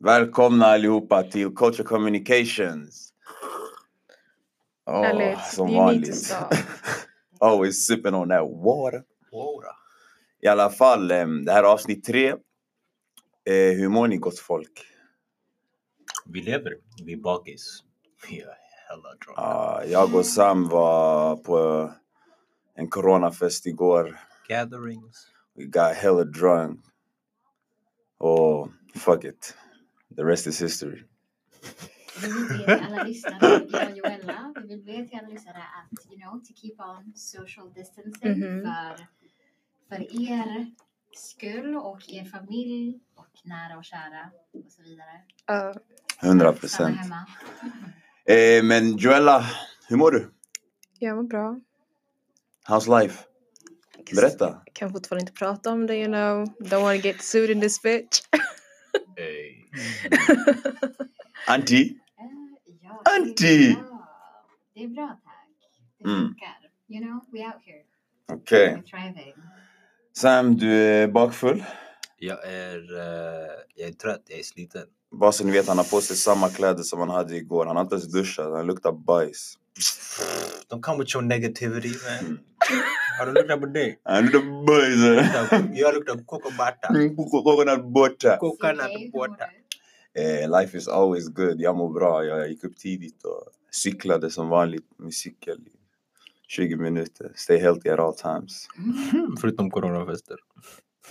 Välkomna allihopa till Culture Communications. Åh, Alex, som you need to vanligt. stop. Always sipping on that water. I alla fall, ehm, det här är avsnitt tre. Eh, Hur mår ni gott folk? Vi lever, vi är bakis. Vi är hella drunk. Ah, jag och Sam var på en coronafest igår. Gatherings. We got hella drunk. Och fuck it. The rest is history. Vi vill be till alla lyssnare, jag och Joella, vi vill be till alla lyssnare att you know, to keep on social distancing Mhm. för, för er skull och er familj och nära och kära och så vidare. Ja, 100 Stanna procent. hemma. Eh, men Joella, hur mår du? jag mår bra. How's life? Berätta. Kan fortfarande inte prata om det you know. Don't wanna get sued in this bitch. Hey. Antti? Eh, ja, Antti! Det är bra, det är bra tack. Det Mm. funkar. You know, we out here. Okej. We're thriving. Sam, du är bakfull. Jag är, eh, jag är trött, jag är sliten. Bara så ni vet, han har på sig samma kläder som han hade igår. Han har inte ens duschat, han luktar bajs. Don't come with your negativity man. Har du luktat på det? Han luktar bajs! Jag luktar kokobata. Mm, Coconut butter. CJ, hur Coconut mår butter. du? Eh, life is always good. Jag mår bra. Jag gick upp tidigt och cyklade som vanligt. Min cykel i 20 minuter. Stay healthy at all times. Mm, Förutom coronafester.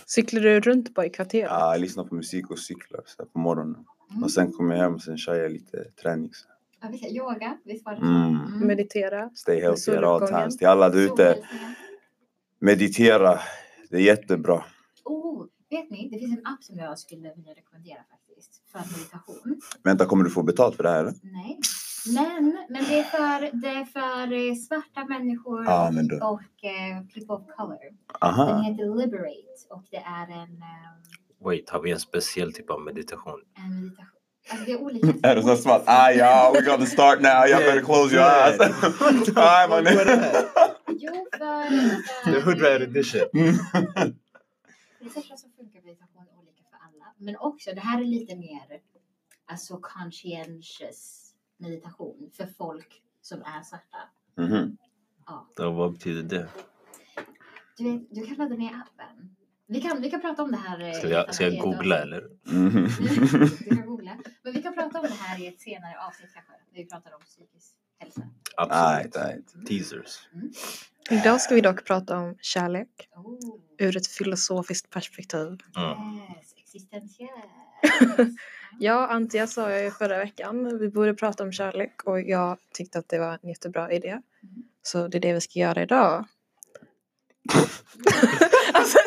Cyklar du runt bara i kvarteret? Ah, jag lyssnar på musik och cyklar så här, på morgonen. Mm. Och sen kommer jag hem och sen kör jag lite träning. Så. Ja, visst, yoga, visst var det så? Mm. Meditera? Stay healthy at all Soluppgången. times. Till alla där ute, Solhälsningar. meditera. Det är jättebra. Oh, vet ni, det finns en app som jag skulle vilja rekommendera faktiskt för meditation. Vänta, kommer du få betalt för det här eller? Nej, men, men det, är för, det är för eh, svarta människor Ja, men då. Ah. och eh, people of color. Den Aha. heter Liberate och det är en, ehm, Wait, har vi en speciell typ av meditation? en meditation. Alltså det är olika. Är det så smart? Ah, ja, we gotta start now. Y'all better close your eyes. All right, my nigga. Jo, för... Det är för- hundra edition. Mm. För det första så funkar meditation olika för alla. Men också, det här är lite mer alltså conscientious meditation för folk som är svarta. Mhm. Ja. Då, Vad betyder det? Du, vet, du kan ladda ner appen. Vi kan, vi kan prata om det här. eh, Ska i ett jag, annat- ska i ett jag googla eller? Mhm. avsnitt. Mm, du kan googla. Men vi kan prata om det här i ett senare avsnitt kanske. När vi pratar om psykisk hälsa. Alright, Absolut. alright. Teasers. Idag ska vi dock prata om kärlek Oh, ur ett filosofiskt perspektiv. Mm. yes, existentiell. Ja, Ante, jag sa ju förra veckan vi borde prata om kärlek och jag tyckte att det var en jättebra idé. Så det är det vi ska göra idag. alltså,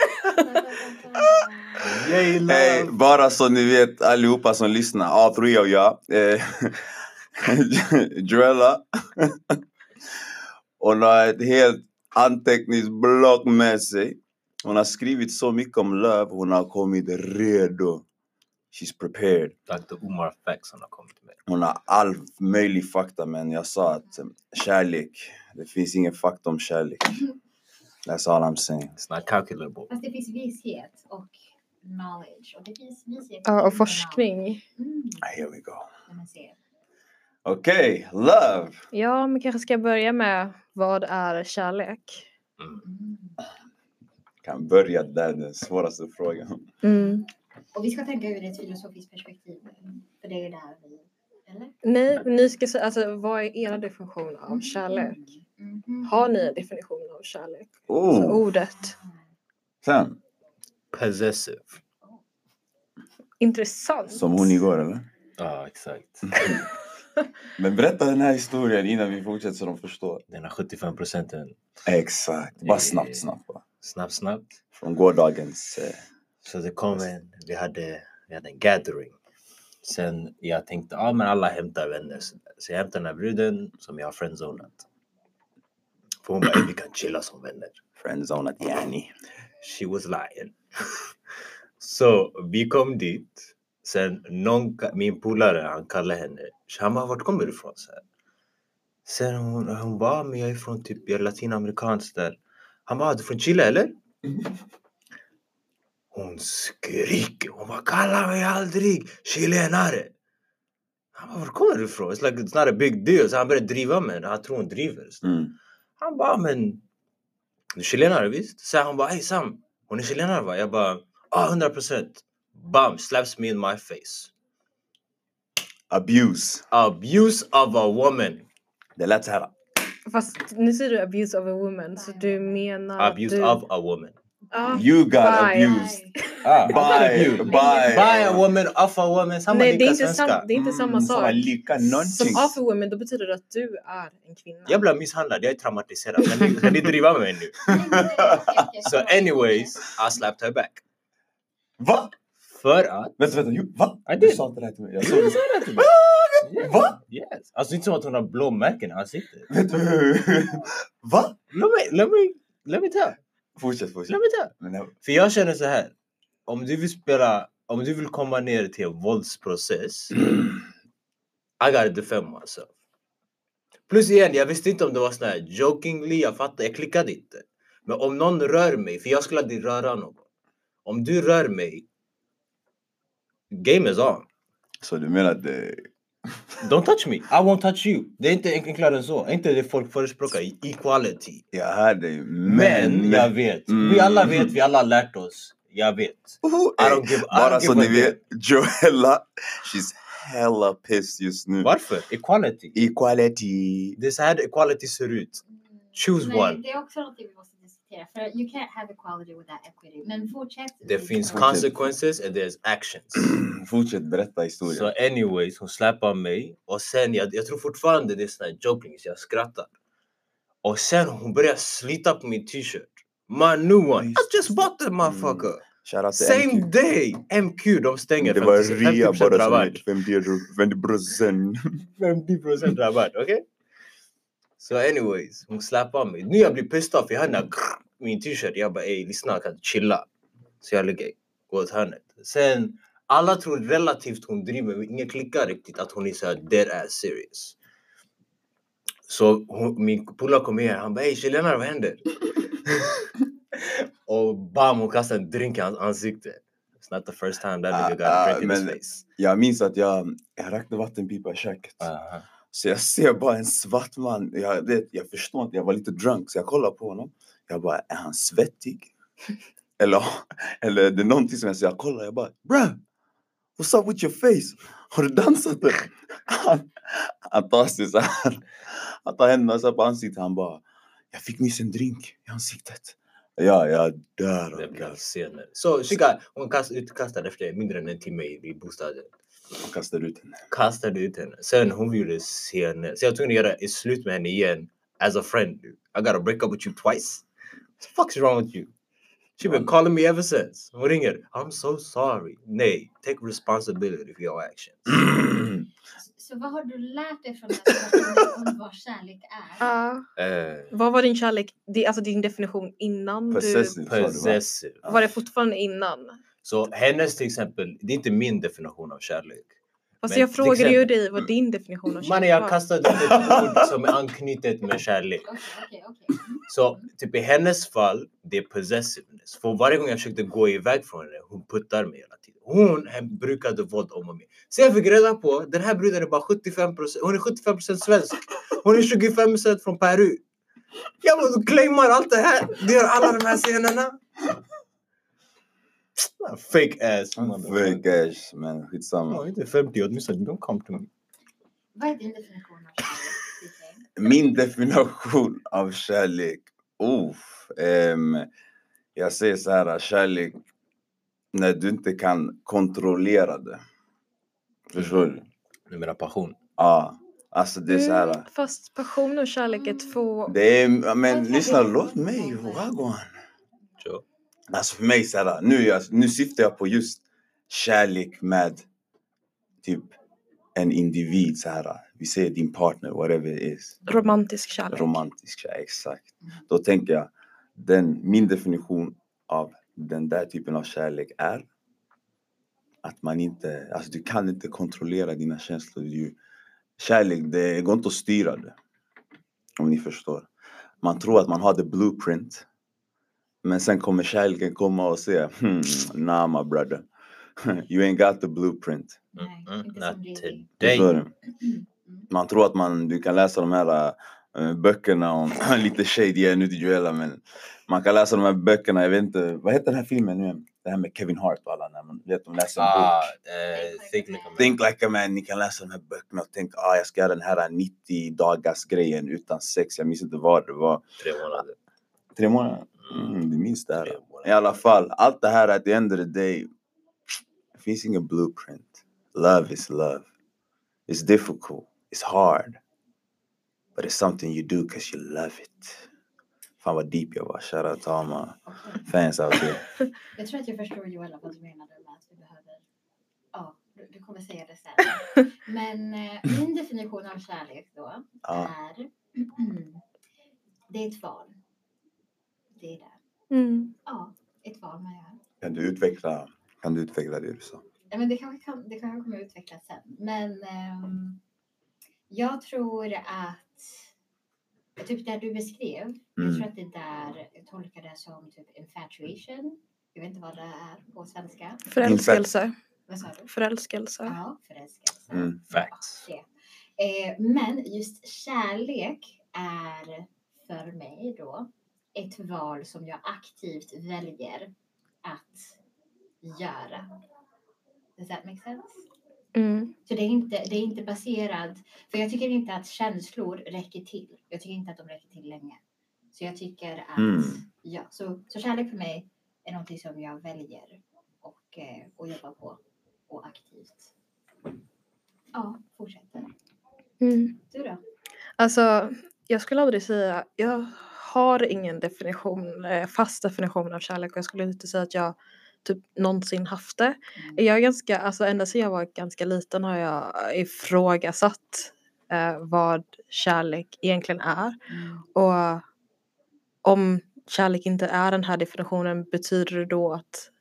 Yay, Hey, bara så ni vet allihopa som lyssnar, all three av jag. Eh, Joella. Hon har ett helt anteckningsblock med sig. Hon har skrivit så mycket om löv, hon har kommit redo. She's prepared. Dr. Omar Faxon har kommit med. Hon har all möjlig fakta men jag sa att eh, kärlek, det finns ingen fakta om kärlek. That's all I'm saying. It's not calculable. Fast det finns vishet och knowledge. Och det finns vishet ja, och inom- forskning. Mm, Ah, Here we go. när man ser. Okej, love! Ja, men kanske ska jag börja med vad är kärlek? Mm. Kan börja där, den svåraste frågan. Mm. Och vi ska tänka ur ett filosofiskt perspektiv. För det är ju där vi... Eller? Nej, ni ska säga, alltså vad är Mm. era definition av kärlek? Mhm. Har ni en definition av kärlek? Alltså Oh, ordet. sen. Possessive. Intressant. Som hon igår eller? Ja, exakt. Men berätta den här historien innan vi fortsätter så de förstår. Den här 75 procenten. Exakt, bara snabbt snabbt bara. Snabbt, snabbt. Från gårdagens... Eh, Så det kom en, vi hade, vi hade en gathering. Sen jag tänkte, ja men alla hämtar vänner. Så, där. så jag hämtade den här bruden som jag har friendzonat. För hon bara, vi kan chilla som vänner. friendzonat yani. She was lying. Så vi kom dit. Sen någon, ka- min polare han kallade henne. Så Han bara, vart kommer du ifrån? Så här. Sen hon, hon bara, "Ah, men jag är från typ jag är latinamerikanskt där. Han bara, "Ah, du är från Chile eller? Hon skriker. Hon bara kallar mig aldrig chilenare. Han bara, var kommer du ifrån? It's like it's not a big deal. Så han börjar driva med henne. Han tror hon driver. Så Mm. Han bara, men du är chilenare visst? Så han bara, hej Sam, hon är chilenare va? Jag bara, ah 100 procent. Bam, slaps me in my face. Abuse. Abuse of a woman. Det lät såhär. Fast nu säger du abuse of a woman så du menar att Abuse du... of a woman. Ah, You got Bye. abused. Ah, By, by, By a woman, of a woman. Samma Nej, det är, lika inte sam, svenska. Mm, det är inte samma sak. Samma Mm. lika Som någonting. of a woman, då betyder det att du är en kvinna. Jag blev misshandlad, jag är traumatiserad. Kan ni, kan ni driva med mig nu? So anyways, I slapped her back. Va? För att... Vänta, vänta. ju- Va? I Du did. sa inte det här till mig. Jag Jag såg såg det. det till mig. Va? Yes. Alltså inte som att hon har blåmärken i ansiktet. Vet du hur? Va? Låt mig, låt mig, låt mig ta. Fortsätt, fortsätt. Låt mig ta. Men det- För jag känner så här. Om du vill spela, om du vill komma ner till en våldsprocess. I gotta defend myself. Plus igen, jag visste inte om det var sån här jokingly, jag fattar, jag klickade inte. Men om någon rör mig, för jag skulle aldrig röra någon. Om du rör mig, game is on. Så du menar att eh, det... Don't touch me, I won't touch you. Det är inte enklare än så. Inte det folk förespråkar, equality. Jag hör dig, men... Men, jag vet. Vi alla vet, vi alla har lärt oss. Jag vet. Oh, I don't give, I Bara don't så give ni a damn. vet, Joella, she's hella pissed just nu. Varför? Equality. Equality. Det är så här equality ser ut. Choose Nej, one. Det är också någonting vi måste diskutera. För you can't have equality without equity. Men fortsätt. Det finns Okej. consequences and there's actions. Fortsätt berätta historien. Så anyways, hon släpar mig och sen, jag, jag tror fortfarande det är sån här joking, så jag skrattar. Och sen hon börjar slita på min t-shirt. My new one. Just I Mm. just bought that motherfucker. Shoutout till Same MQ. day! MQ, de stänger. Det var 50 rea 50% bara som rabatt. gick 50 procent. 50% rabatt, okej? Så anyways, hon slappar mig. Nu jag blir pissed off i handen. Krr, Min t-shirt. Jag bara ey lyssna kan du chilla. Så jag lägger åt hörnet. eh. Sen alla tror relativt hon driver men ingen klickar riktigt att hon är så här dead ass serious. Så hon, min polare kom in han bara ey chilenare vad händer? Och bam hon kastar en drink i hans ansikte. It's not the first time that nigga got Ah, a drink in ah, his men- face. Jag minns att jag, jag rökte vattenpipa i köket. Aha. Så jag ser bara en svart man. Jag, vet, jag förstår inte, jag var lite drunk så jag kollar på honom. Jag bara, är han svettig? eller, eller är det någonting som jag säger? Jag kollar, jag bara, bruh! What's up with your face? Har du dansat? eller?" Han, han tar sig så här. Han tar händerna så här på ansiktet. Han bara, jag fick nyss en drink i ansiktet. Ja, jag dör. av Det blir glass. senare. Så Shika, hon kast, utkastade efter mindre än en timme i, i bostaden. Han kastar ut henne. Kastade ut henne. Sen hon gjorde senare. Så jag var tvungen att göra ett slut med henne igen. As a friend. Dude. I gotta break up with you twice. What the fuck's wrong with you? She been calling me ever since. Hon ringer. I'm so sorry. Nej, take responsibility for your actions. Så vad har du lärt dig från den här situationen om vad kärlek är? Ja. Eh, vad var din kärlek, det, alltså din definition innan du... Possessive, sa du, va? possessive. Var det fortfarande innan? Så hennes till exempel, det är inte min definition av kärlek. Fast Men jag till frågade ju exempel- dig vad din definition av Mannen, kärlek jag var. kastade ut ett ord som är anknutet med kärlek. Okej, okej, okej. Så typ i hennes fall, det är possessiveness. För varje gång jag försökte gå iväg från henne, hon puttar mig hela tiden. Hon hem- brukade våld om och med. Så jag fick reda på, den här bruden är bara 75 hon är 75 svensk. Hon är 25 från Peru. Jag bara, du claimar allt det här. Du gör alla de här scenerna. Fake ass. Very cash, men skitsamma. Ja, inte 50 åtminstone, don't come to me. Vad är din definition av kärlek? Cicely? Min definition av kärlek? Oof, ehm, jag säger så här, kärlek när du inte kan kontrollera det. Förstår du? Du menar passion? Ja, alltså det är så här. Mm, Fast passion och kärlek är två... Det är, ja, men lyssna, låt mig, wagwan. Sure. Alltså för mig så här, nu, är jag, nu syftar jag på just kärlek med typ en individ så här. Vi säger din partner, whatever it is. Romantisk kärlek. romantisk kärlek, exakt. Då tänker jag, den, min definition av den där typen av kärlek är att man inte, alltså du kan inte kontrollera dina känslor. Du, kärlek, det går inte att styra det. Om ni förstår. Man tror att man har the blueprint. Men sen kommer kärleken komma och säga hmm, nah my brother. You ain't got the blueprint. Nej, Mm, inte som not det är. today. Så är det. Mm. Man tror att man, du kan läsa de här eh, böckerna om lite shady, jag är nu till Joella men man kan läsa de här böckerna, jag vet inte, vad heter den här filmen nu igen? Det här med Kevin Hart och alla, när man vet, de läser en Ah, bok. eh, think like a man. Think like a man, ni kan läsa de här böckerna och tänka ah, jag ska göra den här 90 dagars grejen utan sex, jag minns inte vad det var. Tre månader. Tre månader? Mm, du minns det här. Tre månader. I alla fall, allt det här at the end of the day, det finns ingen blueprint. Love is love. It's difficult, it's hard. But it's something you do because you love it. Fan vad deep jag var. Shoutout till all my Okej. fans out there. Jag tror att jag förstår Joella vad du menade med att vi behöver... Ja, du, du kommer säga det sen. Men eh, min definition av kärlek då Ja, är... det är ett val. Det är det. Mm. Ja, ett val man gör. kan, du utveckla, kan du utveckla det du sa? Ja, men det kanske, kan, det kanske kommer att utvecklas sen. Men ehm, jag tror att... Typ det du beskrev. Jag Mm. tror att det där jag tolkar det som typ infatuation. Jag vet inte vad det är på svenska. Förälskelse. Vad sa du? Förälskelse. Ja, förälskelse. Mm. Facts. Ja, det. Eh, men just kärlek är för mig då ett val som jag aktivt väljer att göra. Does that make sense? Mm. Så det är inte, det är inte baserat, för jag tycker inte att känslor räcker till. Jag tycker inte att de räcker till länge. Så jag tycker att, Mm. ja, så, så kärlek för mig är någonting som jag väljer och, eh, och jobbar på och aktivt. Ja, fortsätter. Mm. Du då? Alltså, jag skulle aldrig säga... Jag har ingen definition, eh, fast definition av kärlek och jag skulle inte säga att jag typ någonsin haft det. Jag är ganska, alltså ända sedan jag var ganska liten har jag ifrågasatt eh, vad kärlek egentligen är. Mm. Och om kärlek inte är den här definitionen betyder det då att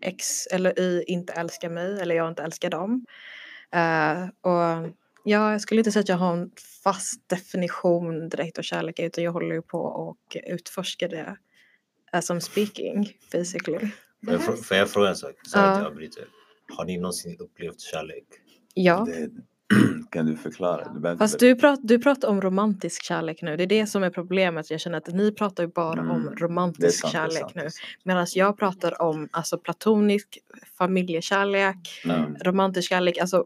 X eller Y inte älskar mig eller jag inte älskar dem? Eh, och ja, jag skulle inte säga att jag har en fast definition direkt av kärlek utan jag håller ju på och utforskar det as I'm speaking basically. Får jag, frå- får jag fråga en sak? Så Ja. att jag bryter. Har ni någonsin upplevt kärlek? Ja, Det, kan du förklara? Du behöver fast inte- du, prat, du pratar om romantisk kärlek nu. Det är det som är problemet. Jag känner att ni pratar ju bara om Mm, det är romantisk sant, det är kärlek sant, det nu. är sant. Medan jag pratar om alltså, platonisk familjekärlek, Mm. romantisk kärlek. Alltså,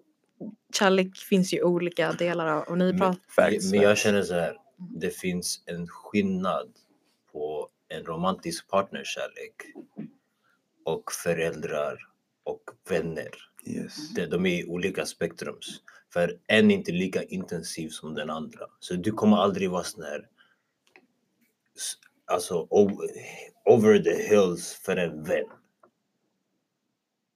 kärlek finns ju olika delar av. Och ni Men- pratar... Facts, Men jag facts. känner så här. Det finns en skillnad på en romantisk partnerkärlek och föräldrar och vänner. Yes. Det- De är i olika spektrums. För en är inte lika intensiv som den andra. Så du kommer aldrig vara sån här s- alltså o- over the hills för en vän.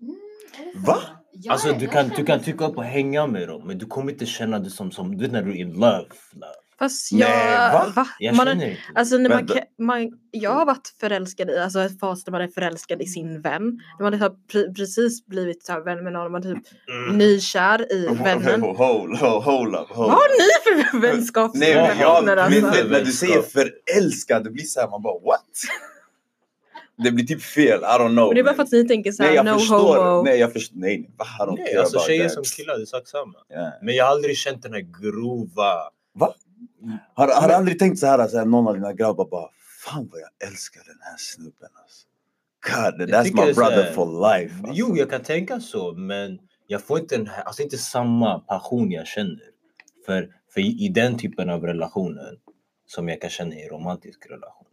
Mm, är det så? Va? Ja, alltså du jag kan, du känner kan så. tycka upp och hänga med dem men du kommer inte känna det som, som du vet när du är in love. love. Fast jag... Nej, va? Jag Man, känner inte det. Alltså när man, Vänta. kan- man, jag har varit förälskad i, alltså en fas där man är förälskad i sin vän. När man har pre, precis blivit så här vän med någon, man är typ Mm. nykär i vännen. Hold, hold, hold up, hold Vad up. har ni för Nej, men jag- vänskapsrelationer jag, alltså? men, men, när du säger Vänskap. förälskad, det blir så här, man bara what? Det blir typ fel, I don't know. Men det är bara för att ni tänker nej, såhär jag no förstår. homo. Nej, jag förstår. Nej, nej. Va? I don't Nej, care alltså about tjejer that. som killar, det är sak samma. Ja. Men jag har aldrig känt den här grova... Har, har du aldrig tänkt så här, så här, någon av dina grabbar bara fan vad jag älskar den här snubben alltså. God, that's tycker det my är så här- brother for life. Alltså. Jo, jag kan tänka så, men jag får inte den här, alltså inte samma passion jag känner. För, för i i den typen av relationer som jag kan känna i en romantisk relation.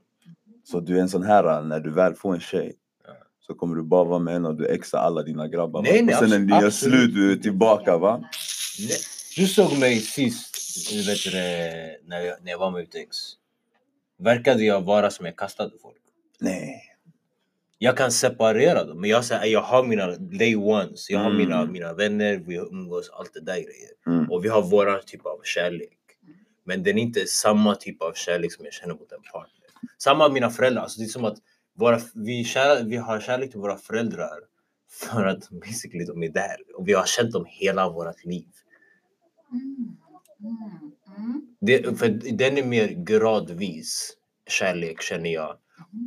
Så du är en sån här, när du väl får en tjej Ja. så kommer du bara vara med henne och du exar alla dina grabbar. va? Nej, nej, och sen när abs- ni gör absolut. slut, du är tillbaka Mm, va? Nej, Du såg mig sist, vet du, det, när, jag, när jag var med mitt ex. Verkade jag vara som jag kastade folk. Nej. Jag kan separera dem, men jag, säger, jag har mina day ones. Jag har Mm. mina, mina vänner, vi umgås, allt det där grejer. Mm. Och vi har våran typ av kärlek. Men den är inte samma typ av kärlek som jag känner mot en partner. Samma med mina föräldrar. Alltså det är som att våra, vi, kära, vi har kärlek till våra föräldrar för att basically de är där. Och vi har känt dem hela vårt liv. Mm, mm, mm. Det, för den är mer gradvis kärlek känner jag.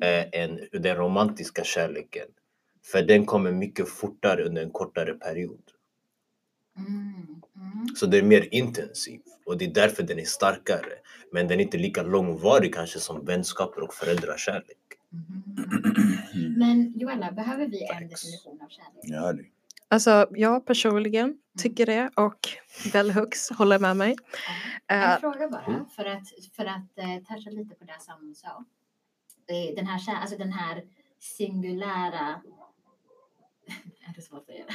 eh, än den romantiska kärleken. För den kommer mycket fortare under en kortare period. Mm, mm. Så den är mer intensiv och det är därför den är starkare. Men den är inte lika långvarig kanske som vänskaper och föräldrakärlek. Mhm. mm, Men Joella, behöver vi en Thanks. definition av kärlek? Ja, det. Alltså jag personligen tycker det och Bell Hooks håller med mig. Eh, En fråga bara, Mm. för att, för att eh, toucha lite på det som sa. Eh, Den här, kär- alltså den här singulära... är det svårt att säga?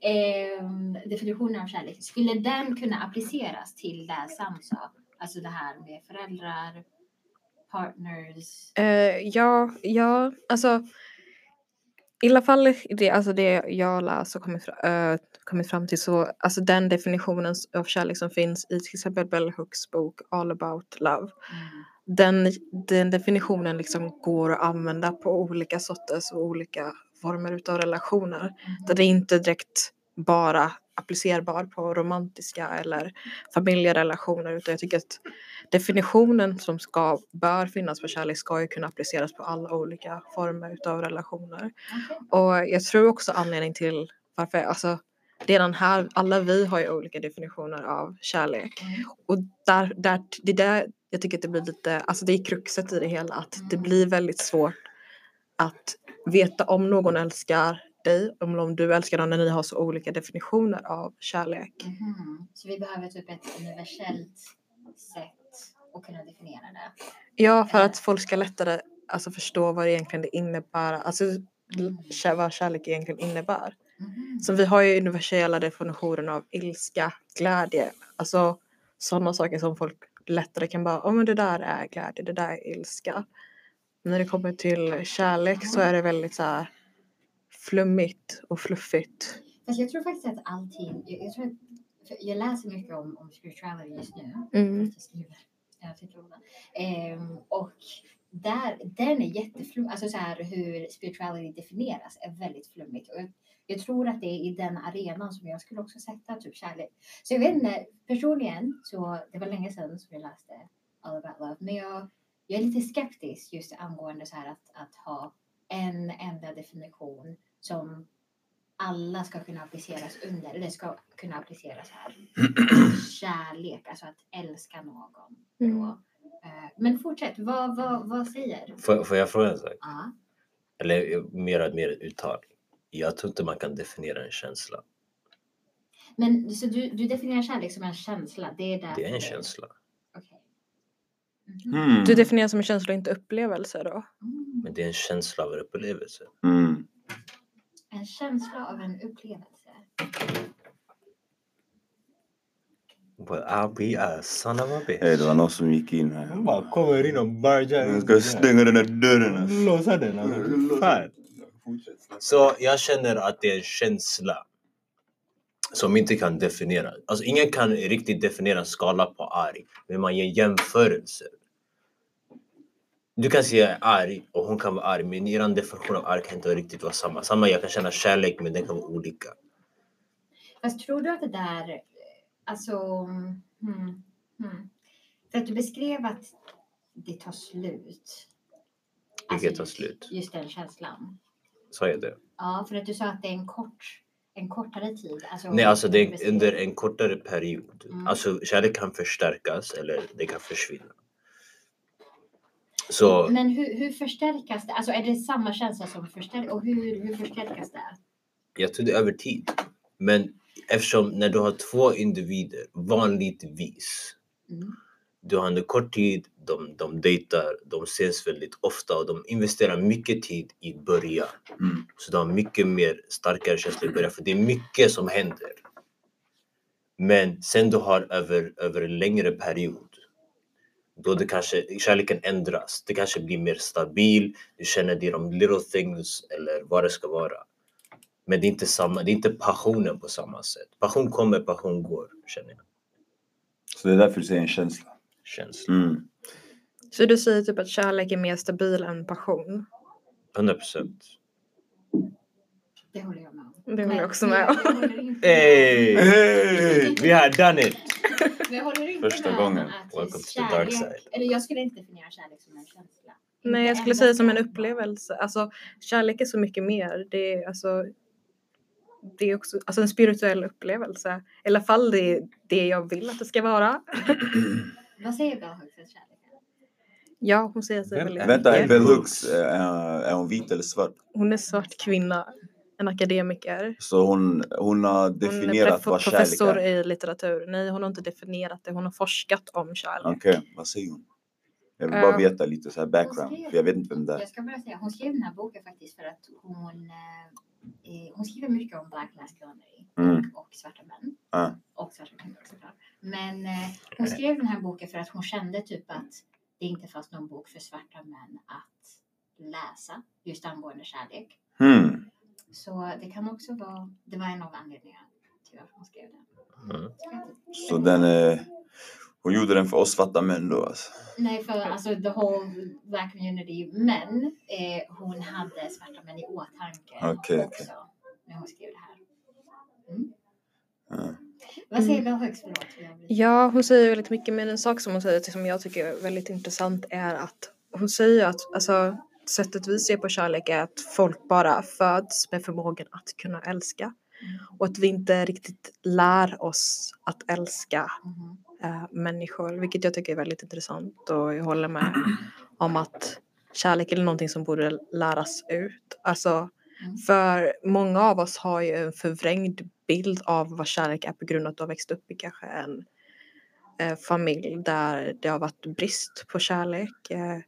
Ehm, definitionen av kärlek, skulle den kunna appliceras till det Sam sa? Alltså det här med föräldrar, partners. Eh, ja, ja, alltså. I alla fall i det, alltså det jag läst och kommit, fra- eh, kommit fram till så, alltså den definitionen s- av kärlek som finns i till exempel Bell Hooks bok All about love. Mm. Den, den definitionen liksom går att använda på olika sorters och olika former utav relationer. Där det är inte direkt bara applicerbar på romantiska eller familjerelationer utan jag tycker att definitionen som ska, bör finnas på kärlek ska ju kunna appliceras på alla olika former utav relationer. Okej. Och jag tror också anledning till varför, alltså redan här, alla vi har ju olika definitioner av kärlek. Mm. Och där, där, det är där jag tycker att det blir lite, alltså det är kruxet i det hela att det Mm. blir väldigt svårt att veta om någon älskar dig, om, om du älskar någon när ni har så olika definitioner av kärlek. Mhm. Så vi behöver typ ett universellt sätt att kunna definiera det. Ja, för Eh. att folk ska lättare alltså, förstå vad det egentligen det innebär, alltså l- kä- vad kärlek egentligen innebär. Mhm. Så vi har ju universella definitioner av ilska, glädje, alltså sådana saker som folk lättare kan bara, ja men det där är glädje, det där är ilska. Men när det kommer till kärlek så är det väldigt så här flummigt och fluffigt. Fast jag tror faktiskt att allting, jag, jag, tror att, för jag läser mycket om, om spirituality just nu. Mm. Jag skriver, jag fick låna. Ehm, och där, den är jätteflummig, alltså så här hur spirituality definieras är väldigt flummigt. Och jag, jag tror att det är i den arenan som jag skulle också sätta typ kärlek. Så jag vet inte, personligen så, det var länge sedan som jag läste All about love, men jag, jag är lite skeptisk just angående så här att, att ha en enda definition som alla ska kunna appliceras under, eller ska kunna appliceras här. Kärlek, alltså att älska någon. Mm. Då. Eh, Men fortsätt, vad, vad, vad säger? Får, får jag fråga en sak? Ja. Eller eh, mer, mer uttal. Jag tror inte man kan definiera en känsla. Men så du, du definierar kärlek som en känsla, det är där Det är för en dig. känsla. Okej. Mhm. Mm. Du definierar som en känsla och inte upplevelse då? Mm. Men det är en känsla av en upplevelse. Mm. En känsla av en upplevelse. But I'll be a son of a bitch. Hey, Eh, det var någon som gick in här. Hon bara kommer in och barjar Jag in Mm. ska där. stänga den här dörren. alltså. Låsa den alltså. Fan. Fortsätt snacka. Så jag känner att det är en känsla som inte kan definiera. Alltså ingen kan riktigt definiera en skala på arg, men man ger jämförelser. Du kan säga arg och hon kan vara arg, men er definition av arg kan inte riktigt vara samma. Samma, jag kan känna kärlek, men den kan vara olika. Fast tror du att det där, eh, alltså, hmm, hmm. för att du beskrev att det tar slut. Vilket Alltså tar just- slut? Just den känslan. Sa jag det? Ja, för att du sa att det är en, kort, en kortare tid. Alltså, Nej, alltså det är beskriv- under en kortare period. Mm. Alltså kärlek kan förstärkas eller det kan försvinna. Så Men hur, hur förstärkas det? Alltså är det samma känsla som förstärks? Och hur, hur förstärkas det? jag tror det är över tid. Men eftersom när du har två individer, vanligtvis, Mm. du har under kort tid, de, de dejtar, de ses väldigt ofta och de investerar mycket tid i början. Mm. Så de har mycket mer starkare känslor i början, för det är mycket som händer. Men sen du har över, över en längre period, då det kanske, kärleken ändras. Det kanske blir mer stabil, du känner det i de little things eller vad det ska vara. Men det är inte, samma, det är inte passionen på samma sätt. Passion kommer, passion går, känner jag. Så det är därför du säger en känsla. Känsla. Mm. Så du säger typ att kärlek är mer stabil än passion? 100 procent. Det håller jag med om. Det håller Men jag också med jag- om. jag håller inte med. Hey! Hey! Vi har done it! Men jag håller inte Första med gången. om att Welcome just to the dark kärlek- side. Eller jag skulle inte definiera kärlek som en känsla. Nej, jag Inte skulle endast säga som en jag. upplevelse. Alltså, kärlek är så mycket mer. Det är, alltså, det är också alltså, en spirituell upplevelse. I alla fall det är det jag vill att det ska vara. Vad säger Bell Hooks om kärleken? Ja, hon säger sig Vem väldigt är Vänta, är mycket. Bell Hooks eh, är hon vit eller svart? Hon är svart kvinna, en akademiker. Så hon, hon har Hon är definierat prefo- vad kärlek professor är? i litteratur. Nej, hon har inte definierat det. Hon har forskat om kärlek. Okej, vad säger hon? Jag vill Eh, bara veta lite så här Hon background, skrev- för jag vet inte vem det är. Jag ska bara säga, hon skrev den här boken faktiskt för att hon, eh, eh, hon skriver mycket om Black Lives Matter Mm. och svarta män. Ja. Och svarta kvinnor såklart. Men eh, hon Mm. skrev den här boken för att hon kände typ att det inte fanns någon bok för svarta män att läsa just angående kärlek. Hmm. Så det kan också vara, det var en av anledningarna till varför hon skrev den. Mm. Så den är... Hon gjorde den för oss svarta män då alltså. Nej, för alltså the whole black community. Men eh, hon hade svarta män i åtanke Okej, också okej. när hon skrev det här. Ja. Vad Mm. säger Bell Hooks? Förlåt. jag blir- Ja, hon säger väldigt mycket, men en sak som hon säger som jag tycker är väldigt intressant är att hon säger att alltså, sättet vi ser på kärlek är att folk bara föds med förmågan att kunna älska och att vi inte riktigt lär oss att älska Mhm. eh, människor, vilket jag tycker är väldigt intressant och jag håller med om att kärlek är någonting som borde läras ut. Alltså, Mm. för många av oss har ju en förvrängd bild av vad kärlek är på grund av att du har växt upp i kanske en eh, familj där det har varit brist på kärlek. Eh,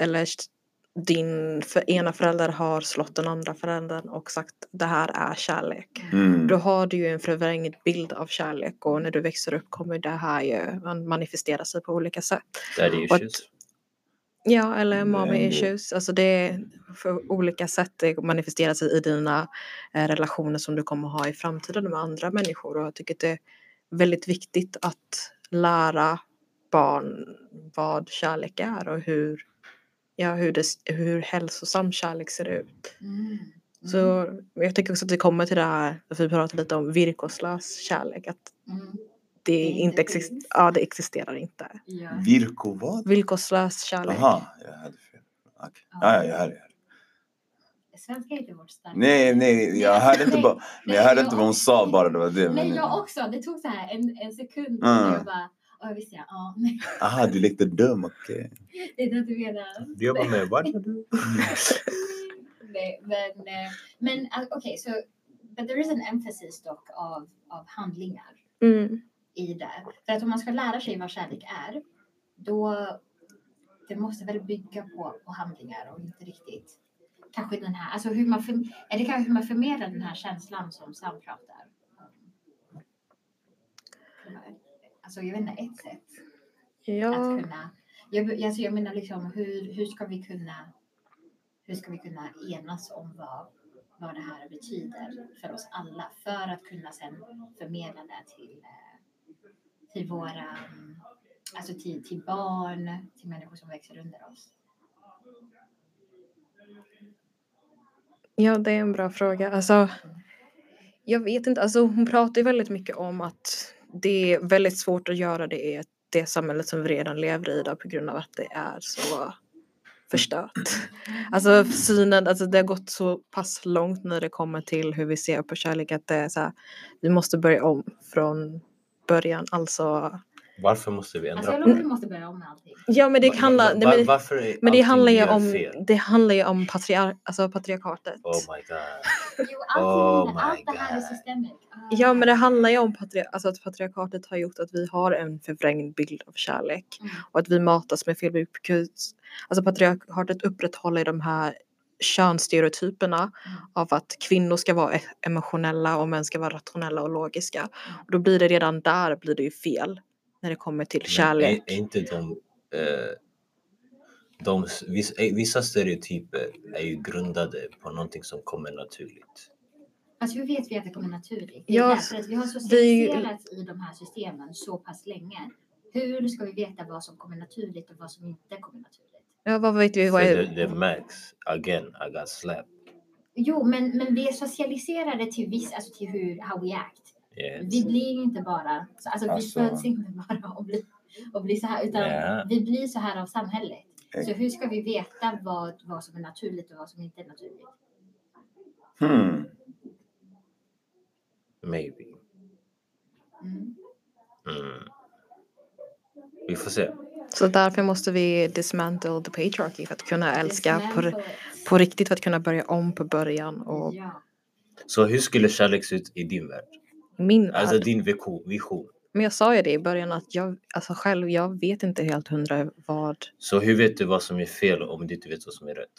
eller s- din för, ena förälder har slått den andra föräldern och sagt det här är kärlek Mm. då har du ju en förvrängd bild av kärlek och när du växer upp kommer det här ju man manifestera sig på olika sätt. Daddy Och att- issues. Ja, eller Mm, det är mommy en grej. issues. Alltså det är för olika sätt det manifesterar sig i dina eh, relationer som du kommer ha i framtiden med andra människor och jag tycker att det är väldigt viktigt att lära barn vad kärlek är och hur, ja, hur, det, hur hälsosam kärlek ser ut. Mm. Mm. Så jag tycker också att vi kommer till det här, att vi pratade lite om virkoslös kärlek, att Mm. det inte inte existerar. finns. Ja, det existerar inte. Ja. Virko vad? Villkorslös kärlek. Aha, jag hade fel. Okej. Ah, Ja. Ja, ja, jag hade. jag hade. Svenska är inte vårt starka. alltså, Nej, nej, jag hörde inte bara... Men jag hörde inte vad hon sa bara, det var det. Nej, Men, jag också. Det tog så här en, en sekund. Mm. Och jag bara, ja visst ja. ja. men aha, du lekte dum, okej. Det är det du menar. Du jobbar med vad? Nej, men eh, men eh, okej, så but there is an emphasis dock av, av handlingar Mm. i det. För att om man ska lära sig vad kärlek är, då det måste väl bygga på, på handlingar och inte riktigt kanske den här, alltså hur man, förm- är det kanske hur man förmedlar den här känslan som Sam pratar om? Alltså jag vet inte, ett sätt Ja. att kunna, jag, alltså jag menar liksom hur, hur ska vi kunna, hur ska vi kunna enas om vad, vad det här betyder för oss alla för att kunna sen förmedla det till, eh, till våra, mm, alltså till, till barn, till människor som växer under oss. ja, det är en bra fråga. Alltså, jag vet inte. Alltså, hon pratar ju väldigt mycket om att det är väldigt svårt att göra det i ett- det samhället som vi redan lever i idag på grund av att det är så förstört. Alltså synen, alltså det har gått så pass långt när det kommer till hur vi ser på kärlek att det är så här, vi måste börja om från början. Alltså, Varför måste vi Alltså ändra jag på lovar vi måste börja om med allting. ja men det Va- handlar... va- nej, men- varför är Men det allting handlar, vi ju gör om, fel? det handlar ju om patriar- alltså patriarkatet. Oh my god. Jo, allting, Oh my allt det här är God. systemet. Ah. Ja, men det handlar ju om patri- alltså att patriarkatet har gjort att vi har en förvrängd bild av kärlek Mm. och att vi matas med fel bild- Alltså patriarkatet upprätthåller de här könsstereotyperna Mm. av att kvinnor ska vara e- emotionella och män ska vara rationella och logiska. Och då blir det redan där blir det ju fel när det kommer till Men kärlek. Är, är inte de, eh, de vissa, vissa stereotyper är ju grundade på någonting som kommer naturligt. Alltså hur vet vi att det kommer naturligt? Ja, Ja, för att vi har vi- socialiserats i de här systemen så pass länge. Hur ska vi veta vad som kommer naturligt och vad som inte kommer naturligt? Ja, vad vet vi? För Vad det, är... det märks, again, I got slapped. Jo, men, men vi är socialiserade till viss, alltså till hur, how we act. Yeah. Vi blir inte bara, så- alltså vi Alltså- föds inte bara och blir, och blir så här, utan Ja. vi blir så här av samhället. Så hur ska vi veta vad, vad som är naturligt och vad som inte är naturligt? Hmm. Maybe. Mm. Mm. Vi får se. Så därför måste vi dismantle the patriarchy för att kunna älska på, Dismantle it. på riktigt, för att kunna börja om på början. Och Ja. Så hur skulle kärlek se ut i din värld? min Alltså värld- din vision. vision. Men jag sa ju det i början att jag, alltså själv, jag vet inte helt hundra vad. Så hur vet du vad som är fel om du inte vet vad som är rätt?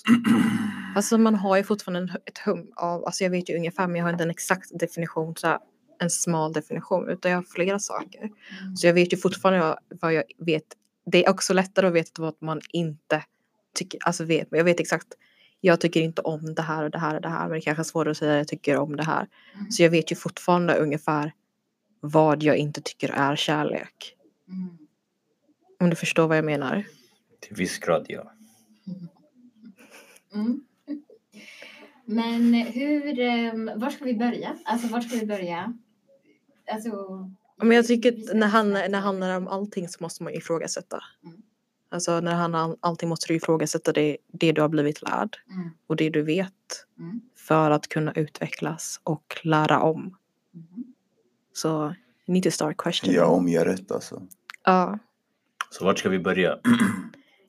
Alltså man har ju fortfarande en, ett hum av, alltså jag vet ju ungefär men jag har inte en exakt definition, så här, en smal definition, utan jag har flera saker. Mm. Så jag vet ju fortfarande vad- vad jag vet. Det är också lättare att veta vad man inte tycker, alltså vet, men jag vet exakt. Jag tycker inte om det här och det här och det här, men det kanske är svårare att säga jag tycker om det här. Mm. Så jag vet ju fortfarande ungefär vad jag inte tycker är kärlek. Mm. Om du förstår vad jag menar. Till viss grad ja. Mm. Men hur, um, var ska vi börja? Alltså var ska vi börja? Alltså, Ja, Men jag vi tycker ska att när, han, snacka när det om- handlar om allting så måste man ju ifrågasätta. Mm. Alltså när det handlar om allting måste du ifrågasätta det, det du har blivit lärd Mm. och det du vet Mm. för att kunna utvecklas och lära om. Mm. Så you need to start questioning. Gör om, gör rätt alltså. Ja, Så vart ska vi börja?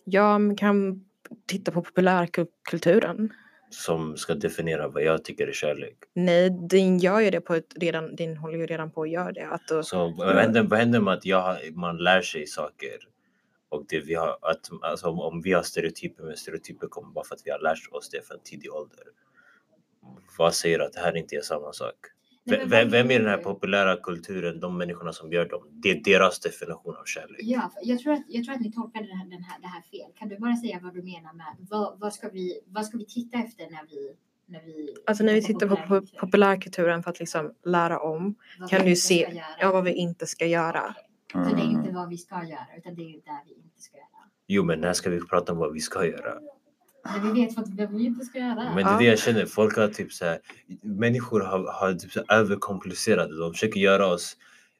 jag kan titta på populärkulturen. Som ska definiera vad jag tycker är kärlek. Nej, din gör ju det på ett redan, din håller ju redan på att göra det. Att då, Så vad händer, vad händer med att jag, har- man lär sig saker? Och det vi har, att, alltså, om, om vi har stereotyper, men stereotyper kommer bara för att vi har lärt oss det från tidig ålder. Vad säger att det här inte är samma sak? Nej, Ve- men Vem, vad vem i den här menar du? populära kulturen, de människorna som gör dem, det är deras definition av kärlek. Ja, för jag tror att, jag tror att ni tolkade den här, den här, det här fel. Kan du bara säga vad du menar med vad, vad, ska, vi, vad ska vi titta efter när vi... När vi alltså när vi tittar på po- populärkultur? populärkulturen för att liksom lära om Vad kan vi du inte se- ska göra. ja, vad vi inte ska göra. Så det är Mm. inte vad vi ska göra, utan det är där vi inte ska göra. Jo, men när ska vi prata om vad vi ska göra? Men vi vet vad vi inte ska göra. Men det är det jag känner, folk har typ så här, människor har, har typ så här överkomplicerade, de försöker göra oss,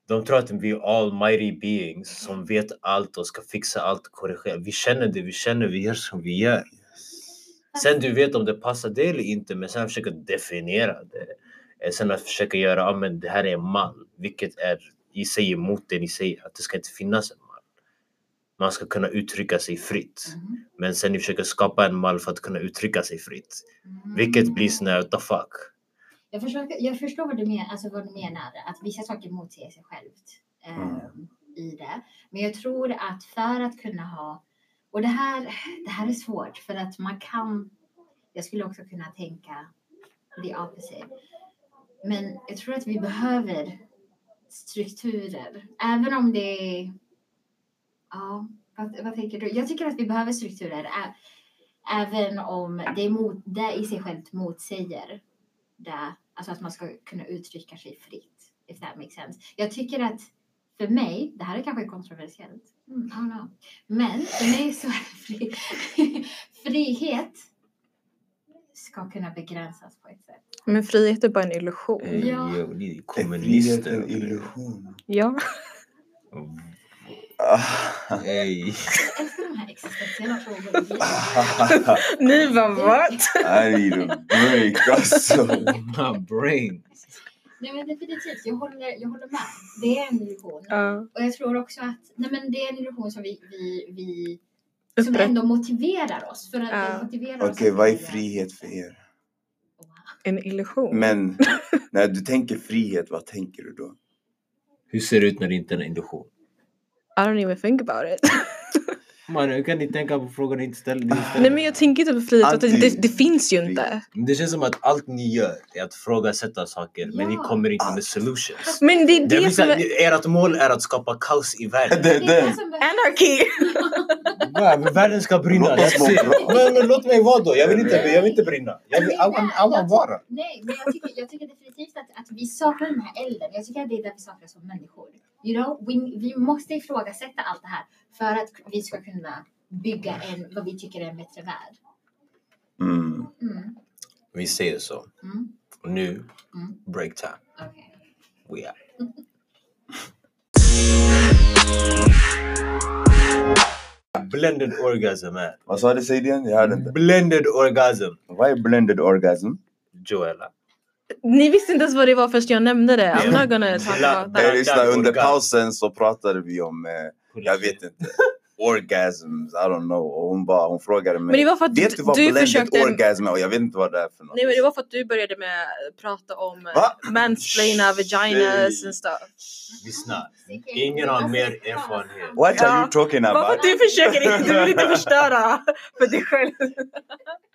de tror att vi är almighty beings som vet allt och ska fixa allt och korrigera. Vi känner det, vi känner, vi gör som vi gör. Sen du vet om det passar dig eller inte, men sen försöka definiera det. Eh, Sen att försöka göra, ja men det här är en mall, vilket är i sig emot den i sig, att det ska inte finnas en mall. Man ska kunna uttrycka sig fritt, Mhm. men sen ni försöker skapa en mall för att kunna uttrycka sig fritt. Mm. Vilket blir sån här, what the fuck? Jag förstår, jag förstår vad, du men, alltså vad du menar, att vissa saker motsäger sig självt ehm, i det. Men jag tror att för att kunna ha, och det här, det här är svårt för att man kan, jag skulle också kunna tänka the opposite. Men jag tror att vi behöver strukturer, även om det är, ja, vad, vad tänker du? Jag tycker att vi behöver strukturer, ä, även om det, är mot, det i sig självt motsäger där, alltså att man ska kunna uttrycka sig fritt. If that makes sense. Jag tycker att för mig, det här är kanske kontroversiellt, mm, I don't know. men för mig så är fri, frihet ska kunna begränsas på ett sätt. Men frihet är bara en illusion. Mm. Eh, Ja. Jo, ni är Är frihet en kommunister. illusion? Ja. Mm. Ah. Ey. Jag älskar de här existentiella frågorna. Ni bara I need a break alltså. My brain. Nej men definitivt, jag håller, jag håller med. Det är en illusion. Ja. Och jag tror också att nej men det är en illusion som vi, vi, vi som Upprätt- ändå motiverar oss. För att Ja. den motiverar Okej, oss att vad är vilja- frihet för er? Wow. En illusion. Men när du tänker frihet, vad tänker du då? Hur ser det ut när det inte är en illusion? I don't even think about it. Man, hur kan ni tänka på frågan ni inte ställer? ni ställer? Nej men jag tänker inte på frihet, utan Anti- det, det finns ju inte. frihet. Men Det känns som att allt ni gör är att ifrågasätta saker, men ni Ja. kommer inte med solutions. Men det är Det det, vill som är... säga, ert mål är att skapa kaos i världen. Det är Det är det den. som behövs. Anarchy! Va? Men världen ska brinna. Låt oss that's må it. bra. Men, men låt mig vara då. Jag vill inte, jag vill inte brinna. Jag vill, I want, I want vara. Nej, men jag tycker, jag tycker definitivt att, att vi saknar den här elden. Jag tycker att det är det vi saknar som människor. You know, vi, vi måste ifrågasätta allt det här för att vi ska kunna bygga en, vad vi tycker är en bättre värld. Mm. Mm. Vi säger så. Mm. Och nu, Mm. break time. Okej. We are. blended orgasm är. Vad sa du? Säg det igen. Jag hörde inte. Blended orgasm, Vad är blended orgasm? Joella. Ni visste inte ens vad det var först jag nämnde det. I'm Nej. not gonna talk Bla- about Nej, that. Blended lyssna, under orgasm. pausen så pratade vi om, eh, jag vet inte, orgasms, I don't know. Och hon, bara, hon frågade mig, Men det var för att vet du vad du blended försökte- orgasm är? Och jag vet inte vad det är för något. Nej men det var för att du började med att prata om eh, Va? mansplaina, vaginas and stuff. Lyssna. Ingen har mer erfarenhet. What are Ja. you talking Bara för about? att du försöker inte, du vill inte förstöra för dig själv.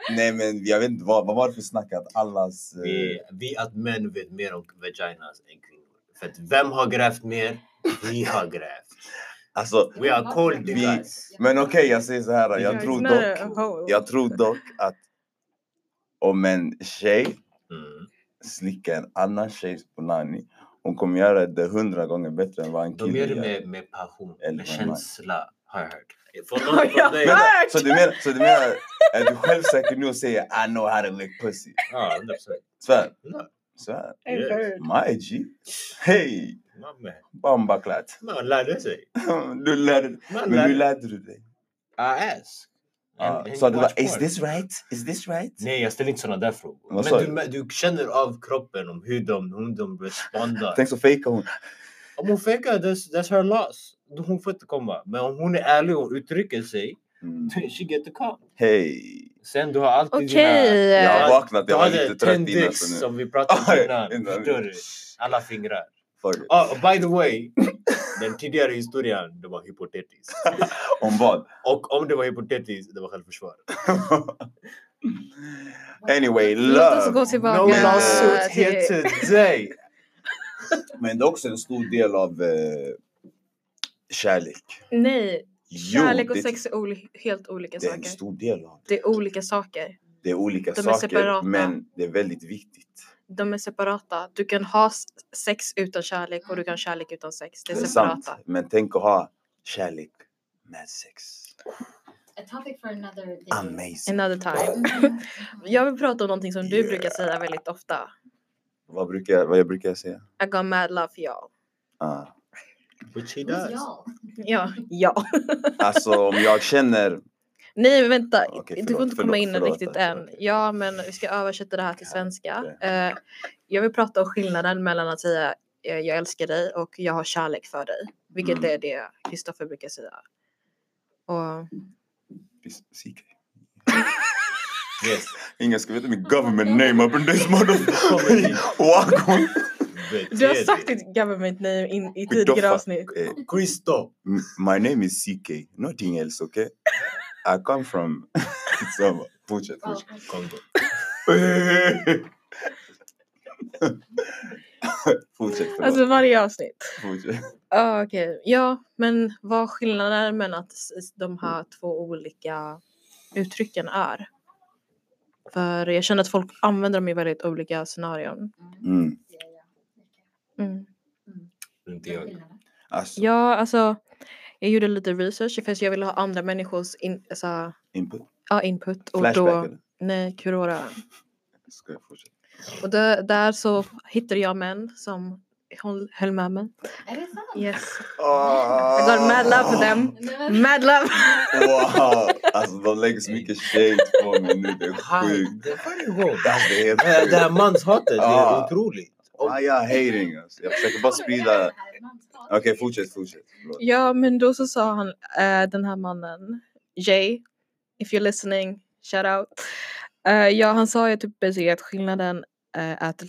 Nej men jag vet inte, vad, vad var det för snack att allas... eh, Vi, vi att män vet mer om vaginas än kvinnor. För att vem har grävt mer? Vi har grävt. Alltså, We are called the Vi- guys. men okej jag säger så här, jag It's tror not dock, a hole. jag tror dock att om en tjej Mm. slickar en annan tjejs punani, hon kommer göra det hundra gånger bättre än vad en De kille gör det gör. med, med passion, Eller med vad känsla. Har jag hört. Från Har någon jag från dig. Vänta, hört? så du menar, så du menar är du självsäker nu och säger I know how to lick pussy? Ja, 100%. Svär. Ja. Svär. Yes. My G. Hej! Mamma, Bambaklat. Man lärde sig. Du lärde dig. Man Men hur lärde lärde du dig? I ask. Ah, And- and Så du watch bara is porn. this right? Is this right? Nej, jag ställer inte sådana där frågor. Vad sa Men du, du känner av kroppen om hur de, hur de respondar. Tänk så fejkar hon. Om hon fejkar, that's, that's her loss. Då Hon får inte komma. Men om hon är ärlig och uttrycker sig, Mm. she get to come. Hej! Sen du har alltid Okej. dina... Jag har vaknat, jag Du var hade lite trött 10 innan. dicks så nu- som vi pratade Oj, om innan. innan. Förstår du? Alla fingrar. Sorry. Oh, by the way, den tidigare historien, det var hypotetisk. Om vad? Och om det var hypotetiskt, det var självförsvar. anyway, Låt oss love. gå tillbaka. No lawsuit till- today! Men det är också en stor del av eh, kärlek. Nej, Jo, kärlek och det- sex är oli- helt olika Det är en saker. stor del av det. Det är olika saker. Det är olika De är saker, separata. men det är väldigt viktigt. De är separata. Du kan ha s- sex utan kärlek och du kan ha kärlek utan sex. Det är Det är separata. sant. Men tänk att ha kärlek med sex. A topic for another day. Mm-hmm. Amazing. Another time. Jag vill prata om någonting som du brukar säga väldigt ofta. Vad brukar jag, vad jag brukar säga? I got mad love for y'all. Ah. Which he does. Ja. Ja, ja. Alltså om jag känner... Nej, vänta. Okej, du får förlåt, inte komma förlåt, in förlåt, riktigt okej, än. okej. Ja, men vi ska översätta det här till Ja, svenska. Eh, jag vill prata om skillnaden mellan att säga eh, jag älskar dig och jag har kärlek för dig. Vilket Mm. är det Kristoffer brukar säga. Och CK. Yes. Ingen ska veta mitt government name up in this motherfucker. Wagon. du har sagt ditt government name in, i tidigare Kristoffer. avsnitt. Eh, Christo! m- My name is CK, nothing else okay? I come from... Some... Fortsätt, Ja. fortsätt. Eh, Kongo. Fortsätt, förlåt. Alltså varje avsnitt. fortsätt. Ja, Ah, okej. Ja, men vad skillnaden mellan att s- s- de här två olika uttrycken är? För jag känner att folk använder dem i väldigt olika scenarion. Mm. Mm. Mm. Ja, ja. Okej. Inte Det är jag. skillnaden. Alltså, Ja, alltså, jag gjorde lite research för att jag ville ha andra människors in, alltså, input. ja, input. Och Flashback då, eller? nej, kurora. Ska jag fortsätta? Och där, där så hittade jag män som höll, höll med mig. Är det sant? Yes. I I got mad love Ah. for them. Nej, men- Mad love! Wow! Alltså de lägger så mycket shade på mig nu, det är sjukt. Det var det gång. Alltså, det är helt Eh, Det här sjukt. manshatet, det är Ah. otroligt. Och Ah, jag är hating alltså. Jag försöker bara sprida... Okej, fortsätt, fortsätt. Förlåt. Ja, men då så sa han, eh, den här mannen, Jay, if you're listening, shout out. Eh, ja, han sa ju typ basically att skillnaden eh, att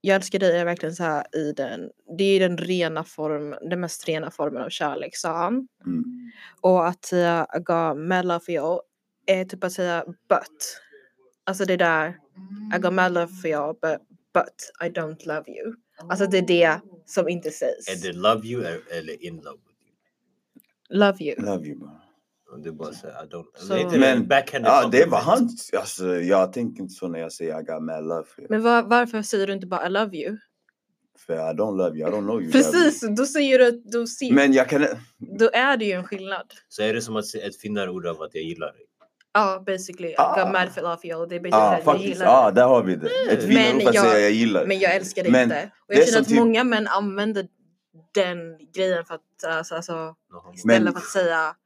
jag älskar dig är verkligen så här i den, det är den rena form, den mest rena formen av kärlek, sa han. Mm. Och att säga I got mad love for you är typ att säga but. Alltså det där, I Mm. got mad love for you but, but I don't love you. Alltså det är det som inte sägs. är det love you eller- eller in love with you? Love you. Love you bara. Och Det är bara så här, I don't... Så- Inte det Men- backhanded Ja, det var compliment. han. Alltså, jag tänker inte så när jag säger I got mad love for you. Men var, varför säger du inte bara I love you? För I don't love you, I don't know you. Precis, då säger du att då, ser, Men jag kan... då är det ju en skillnad. Så är det som att se ett finare ord av att jag gillar dig. Ja, basically. Ah. I got mad for love y'all. Det är Ja, basically ah, jag faktiskt. gillar Ja, det. Mm. där har vi det. Ett Men finrop att jag- säga jag gillar. Men jag älskar det Men inte. Och det är jag känner som att typ- många män använder den grejen för att, alltså, alltså, Någon- istället Men- för att säga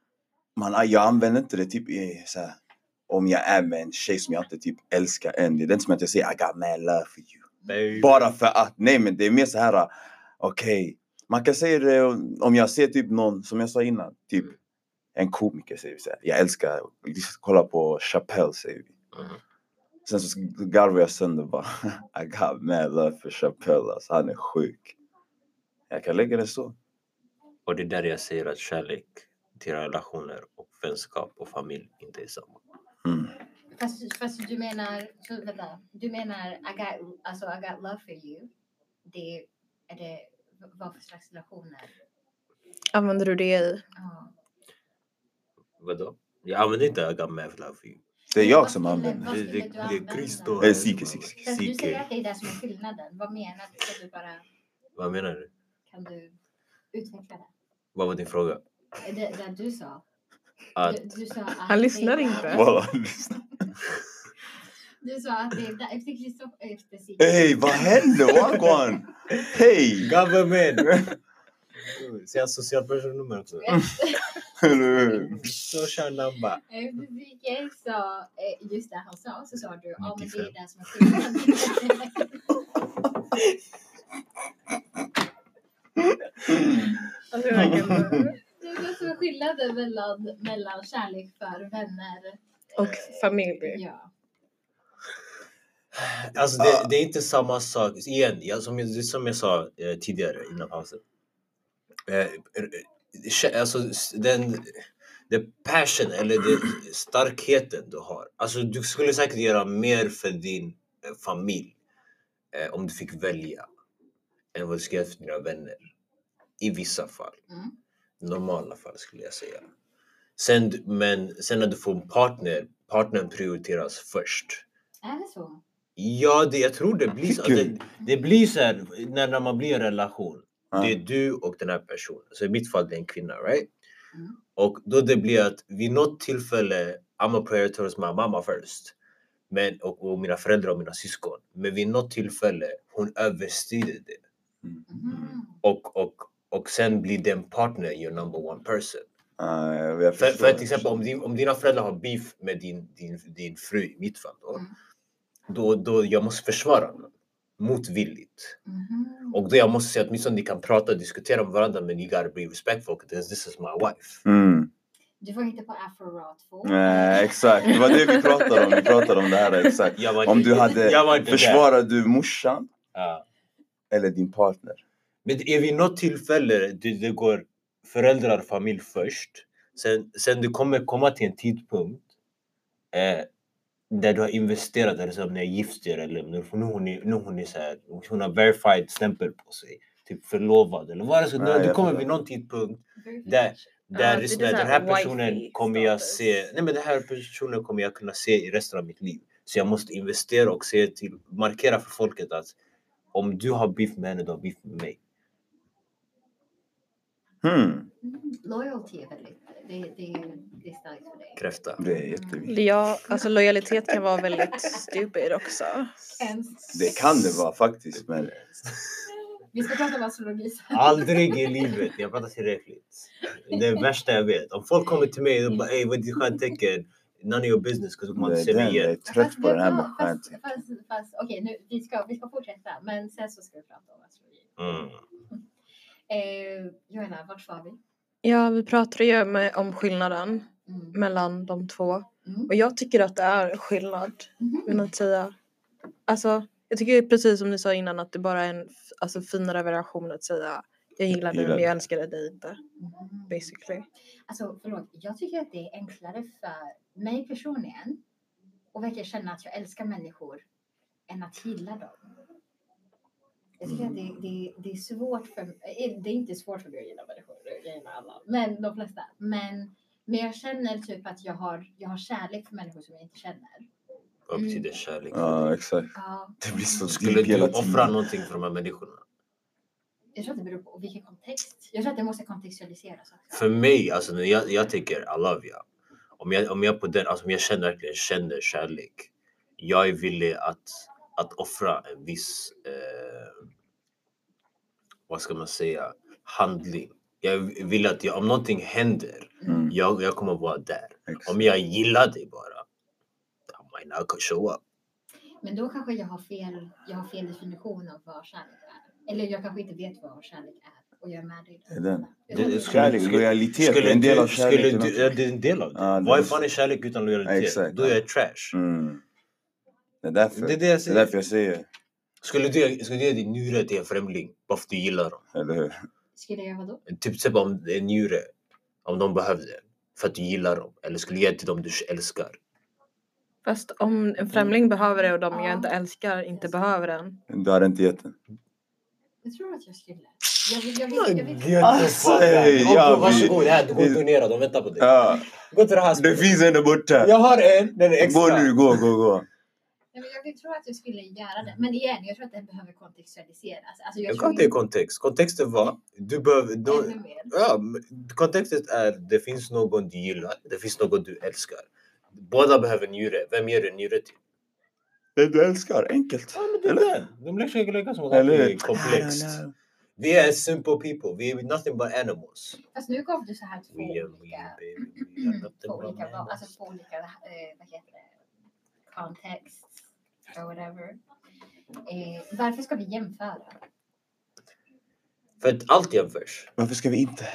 man, jag använder inte det typ i så här, om jag är med en tjej som jag inte typ älskar än. Det är inte som att jag säger I got mad love for you. Baby. Bara för att. Nej, men det är mer så här. Okej, man kan säga det om- om jag ser typ någon som jag sa innan, typ Mm. en komiker säger vi så här. Jag älskar kolla på Chappelle säger vi. Mm. Sen så garvar jag sönder bara. I got mad love for Chappelle. Alltså, han är sjuk. Jag kan lägga det så. Och det är där jag säger att kärlek till relationer och vänskap och familj inte är samma. Mm. Fast, fast du menar, så, vänta, du menar I got, alltså, I got love for you. Det är det, vad för slags relationer? Använder du det i? Ja. Vadå? Jag använder inte I got mad love for you. Det är jag Vad som skulle- använder. vad Det, skulle det, du det använda? är Kristo. Eh, Sike, Sike, Sike. Fast Du säger Sike. att det är det som är skillnaden. Vad menar du? Kan du, bara, Vad menar du? kan du utveckla det? Vad var din fråga? Det, det du sa. Att, Du, du sa att Han lyssnar det- Alltså, inte. Voilà. Du sa att det är där- efter Kristoffer, eh, efter Sike. Ey, vad händer? Wagwan? Hej! Government! é Säger jag socialt personnummer också? É. Social number. Eh, Efter Sike sa eh, just det han sa, så sa du ja men det är 95. det som är skillnaden. Alltså, jag verkligen- Det är det som är skillnaden mellan, mellan kärlek för vänner. Och Mm. familj. Ja. Alltså det, det är inte samma sak. Igen, jag, som, jag, det är som jag sa eh, tidigare innan pausen. Eh, eh, kä- alltså s- den, den passion eller den starkheten du har. Alltså du skulle säkert göra mer för din eh, familj eh, om du fick välja än vad du skulle göra för dina vänner. I vissa fall. Mm. Normala fall skulle jag säga. Sen, d- men sen när du får en partner, partnern prioriteras först. Är det så? Ja, det, jag tror det blir så. Tycker Det, det blir så här när, när man blir i en relation. Ja. Det är du och den här personen. Så i mitt fall det är en kvinna, right? Mm. Och då det blir att vid något tillfälle, I'm a prayer towards my mamma first. Men, och, och mina föräldrar och mina syskon. Men vid något tillfälle, hon överskrider det. Mhm. Och, och, och sen blir den partner your number one person. Ah, jag- jag För, förstår. för till exempel om, din, om dina föräldrar har beef med din, din, din fru i mitt fall då, Mm. då, då jag måste försvara honom motvilligt. Mhm. Och då jag måste säga att åtminstone ni kan prata och diskutera med varandra men you gotta be respectful because this is my wife. Mm. Du var inte på Afro 2. Nej, exakt. Det var det vi pratade om. Vi pratade om det här. Exakt. Jag var Mm. Om inte- du hade- jag var inte där. Försvarar du morsan Ja. eller din partner? Men är vid något tillfälle det, det går föräldrar och familj först. Sen, sen du kommer komma till en tidpunkt eh, där du har investerat, eller som när jag gifte er eller nu, nu hon är, nu hon är så här, hon har verified stämpel på sig. Typ förlovad eller vad det så. Nej, Du, du jag kommer fattar. vid någon tidpunkt Very Där. fetch. Där Ja, det är det så är här, så den här här personen wifey kommer jag status. se, nej men den här personen kommer jag kunna se i resten av mitt liv. Så jag måste investera och se till, markera för folket att om du har beef med henne, du har beef med mig. Hmm. Mm. Loyalty är väldigt, det, det, det är starkt för dig. Kräfta. Det är jätteviktigt. Ja, alltså lojalitet kan vara väldigt stupid också. Hemskt. Det kan det vara faktiskt. Men Vi ska prata om astrologi sen. Aldrig i livet, jag pratar tillräckligt. Det är det värsta jag vet. Om folk kommer till mig och bara ey vad är ditt stjärntecken? None of your business, 'cause du kommer det inte är se mig den, jag är igen. trött Fast på det den här var- med fast- stjärntecken. fast- fast- Okej, nu vi ska, vi ska fortsätta, men sen så ska vi prata om astrologi. Mm. Eh, Johanna, vart var vi? Ja, vi pratade ju med- om skillnaden Mm. mellan de två. Mm. Och jag tycker att det är skillnad. Mhm. Men att säga... Alltså, jag tycker precis som ni sa innan att det bara är en f- alltså, finare relation att säga jag gillar dig Gillar men dig. jag älskar dig inte. Mhm. Basically. Alltså förlåt, jag tycker att det är enklare för mig personligen och verkligen känna att jag älskar människor än att gilla dem. Jag tycker att det, det, det är svårt för eh, det är inte svårt för mig att gilla människor, jag gillar alla, men de flesta. Men, men jag känner typ att jag har, jag har kärlek för människor som jag inte känner. Vad betyder kärlek? Ja, exakt. Ja, Det blir så Skulle deep du hela offra tiden. någonting för de här människorna? jag tror att det beror på vilken kontext. Jag tror att det måste kontextualiseras också. För mig, alltså, när jag, jag tänker I love you. Om jag, om jag, på den, alltså, om jag känner, verkligen känner kärlek. Jag är villig att, att offra en viss, eh, vad ska man säga, handling. Jag vill att jag, om någonting händer, Mm. jag, jag kommer vara där. Exakt. Om jag gillar dig bara, I might not show up. Men då kanske jag har fel, jag har fel definition av vad kärlek är. Eller jag kanske inte vet vad kärlek är. Och jag är med dig. Det är den. Jag tror Det- det. skulle- Kärlek, skulle- lojalitet, det är en del av skulle kärleken. du, också. ja, det är en del av det. Ja, det Vad är är fan så. är kärlek utan lojalitet? Exakt, Då är ja. jag trash. Mm. Det är därför. Det är det jag Det är säger. därför jag säger, Skulle du, skulle du ge din njure till en främling bara för att du gillar dem? eller hur? Skulle jag vadå? Typ typ om en njure, om de behövde den. För att du gillar dem. Eller skulle du ge till dem du älskar. Fast om en främling behöver det och de jag Ja. inte älskar inte behöver den. Du hade inte gett den. Jag tror att jag skulle. Jag vill, jag vill, jag vill. Alltså, jag Varsågod, vill- här, du går och donera. De väntar på dig. Ja, Gå till det här det stället. finns en där borta. Jag har en, den är Gå extra. nu, gå, gå, gå. Jag, vill, jag vill tro att jag skulle göra det. Men igen, jag tror att det behöver kontextualiseras. Alltså, jag Jag tror kan inte kontexten. Kontexten var, du behöver... inte Du, ännu mer. ja, men kontexten är, det finns någon du gillar, det finns någon du älskar. Båda behöver njure. Vem ger du en njure till? Det du älskar, enkelt. Ja, men det Eller? är den. De lägger lägga som att Eller det är hur? komplext. Nej, nej. Vi är simple people. Vi är nothing but animals. Fast nu gav du så här två We are we, olika, Mm, baby. We are nothing två but olika, val- animals. alltså två olika, eh, vad heter det, context or whatever. Eh, varför ska vi jämföra? För att allt jämförs. Varför ska vi inte?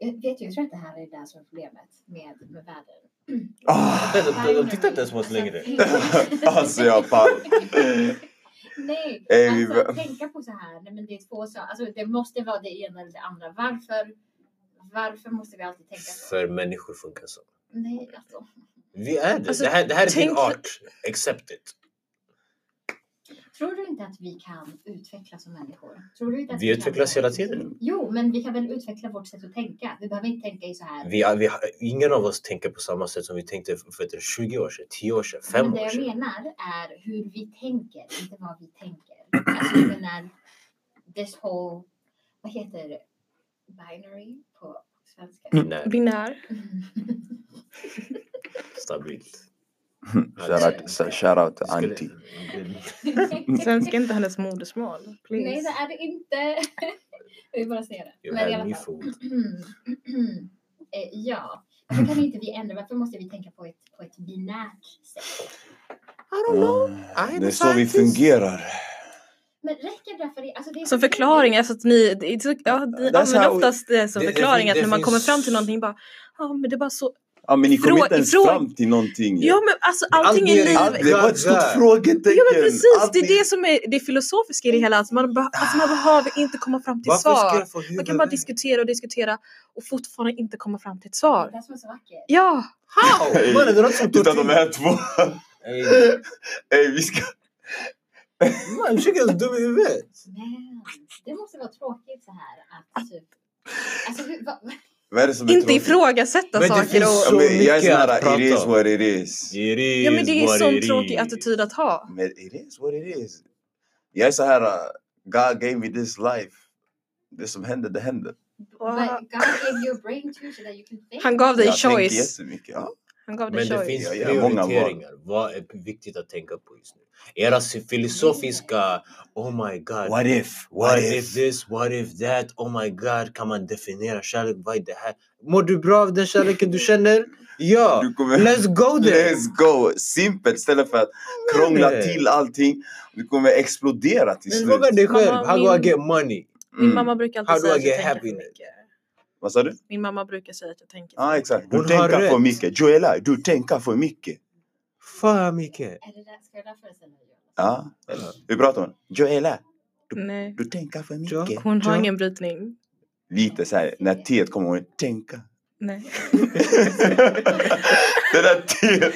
Jag Eh, vet ju, jag tror att det här är det som är problemet med, med världen. Ah, De- de- De tittar inte ens på oss längre. alltså jag pallar. Nej, Eh, vi alltså var- tänka på så här, nej men det är två saker, alltså det måste vara det ena eller det andra. Varför? Varför måste vi alltid tänka så? För människor funkar så. Nej, alltså. Vi är det. Alltså, det, här, det här är din tänk- art. Accept it. Tror du inte att vi kan utvecklas som människor? Tror du inte att Vi kan utvecklas det? hela tiden. Jo, men vi kan väl utveckla vårt sätt att tänka. Vi behöver inte tänka i så här. Vi, är- vi, har- ingen av oss tänker på samma sätt som vi tänkte för för 20 år sedan, 10 år sedan, 5 men det år jag sedan. menar är hur vi tänker, inte vad vi tänker. Alltså, jag menar, this whole, vad heter det? Binary på svenska? Nej, Mm. Binär. stabilt. Shoutout shout till Skulle- Antti. Mm. Svenska är inte hennes modersmål. Nej, det Please. är det inte. Vi bara säger det. You Men i had alla me fall. fooled. Eh, ja, varför kan inte vi ändra? Varför måste vi tänka på ett, på ett binärt sätt? Ah, Det är så vi fungerar. Men räcker det för det? Alltså, det är Som förklaring, alltså att ni, det är så- ja, ni Det är så här- använder oftast det som det- det förklaring fin- att det när man finns- kommer fram till någonting bara, ja men det är bara så, Ja, men ni kom Frå- inte ens ifrån- fram till någonting. ju. ja men alltså allting i Allt är- Allt, livet, det var ett stort Där. frågetecken. ja men precis, det Allting- är det som är det filosofiska i det hela, att man, be- alltså, man behöver inte komma fram till Varför ska svar. jag få Man kan bara huvudvärk? diskutera och diskutera och fortfarande inte komma fram till ett Det svar. är det som är så vackert. Ja! How? Mannen, det är något som tog Titta de tid. här två. Ey, Ey, vi ska... Man, chicken är dum i huvudet. Men det måste vara tråkigt så här Ah. att typ... Alltså, hur, va, Vad är det som är Inte tråkigt? ifrågasätta Men det saker finns Ja, och... så men Jag är mycket sån att här, prata it is om. what it is. It is Ja men det är what en sån it tråkig is. attityd att ha. Men it is what it is. Jag är så här, uh, God gave me this life. Det som hände, det hände. but God gave you a brain too so that you can think. Han gav dig Jag tänker choice. jättemycket. Ja. Han gav dig Men det choice. finns Ja, ja, många val. prioriteringar. Vad är viktigt att tänka på just nu? Era sy- filosofiska Oh my god. What if? What if this? What if that? Oh my god. Kan man definiera kärlek? Vad är det här? Mår du bra av den kärleken du känner? Ja. Du kommer... Let's go there. Let's go! Simpelt istället för att krångla Nej. till allting. Du kommer explodera till Men slut. Fråga dig själv. Mamma, How do I min- get money? Min Mm. mamma brukar How do alltid säga I att jag get tänker happiness? för mycket. Vad sa du? Min mamma brukar säga att jag tänker Ja, ah, exakt. Hon Du har tänker för rätt. mycket. Joella, du tänker för mycket. Fan Micke. Är det där, ska jag därför säga det? Ja. eller- Hur pratar hon? Joella, Nej. du tänker för Ja. mycket. Hon har Ja. ingen brytning. Lite så här, när T kommer hon tänka. Nej. Det där T,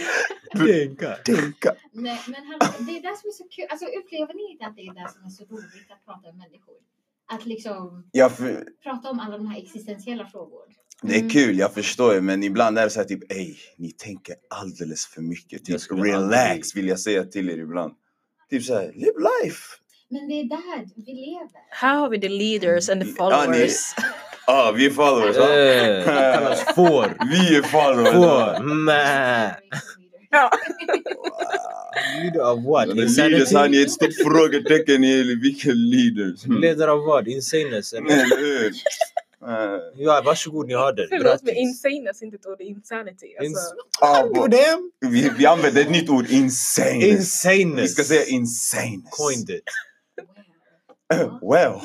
Tänka. tänka. Nej, men han, det är det som är så kul. Alltså upplever ni inte att det är det som är så roligt att prata med människor? Att liksom Ja, för, prata om alla de här existentiella frågor. det är Mm. kul, jag förstår ju, men ibland är det så här typ, ej, ni tänker alldeles för mycket. Jag Typ, skulle aldrig- relax vill jag säga till er ibland. Typ så här, live life! Men det är där vi lever. Här har vi the leaders and the Ja, ni- followers. Ja, vi är followers va? Eh, Det kallas får. Vi är followers! va? Får. Mä. Leader av vad? Den leaders, Insanity? han är ett stort Hmm. frågetecken i hela- vilken leaders. Mm. Ledare av vad? Insaneness? eller? Eller hur? Eh, Ja, varsågod, ni har den. Förlåt men insane är inte ett ord insanity. Alltså, Ins- ah, bra. Damn. vi, vi använder ett nytt ord, insane. Insaneness. Vi ska säga insaneness. Coined it. Well,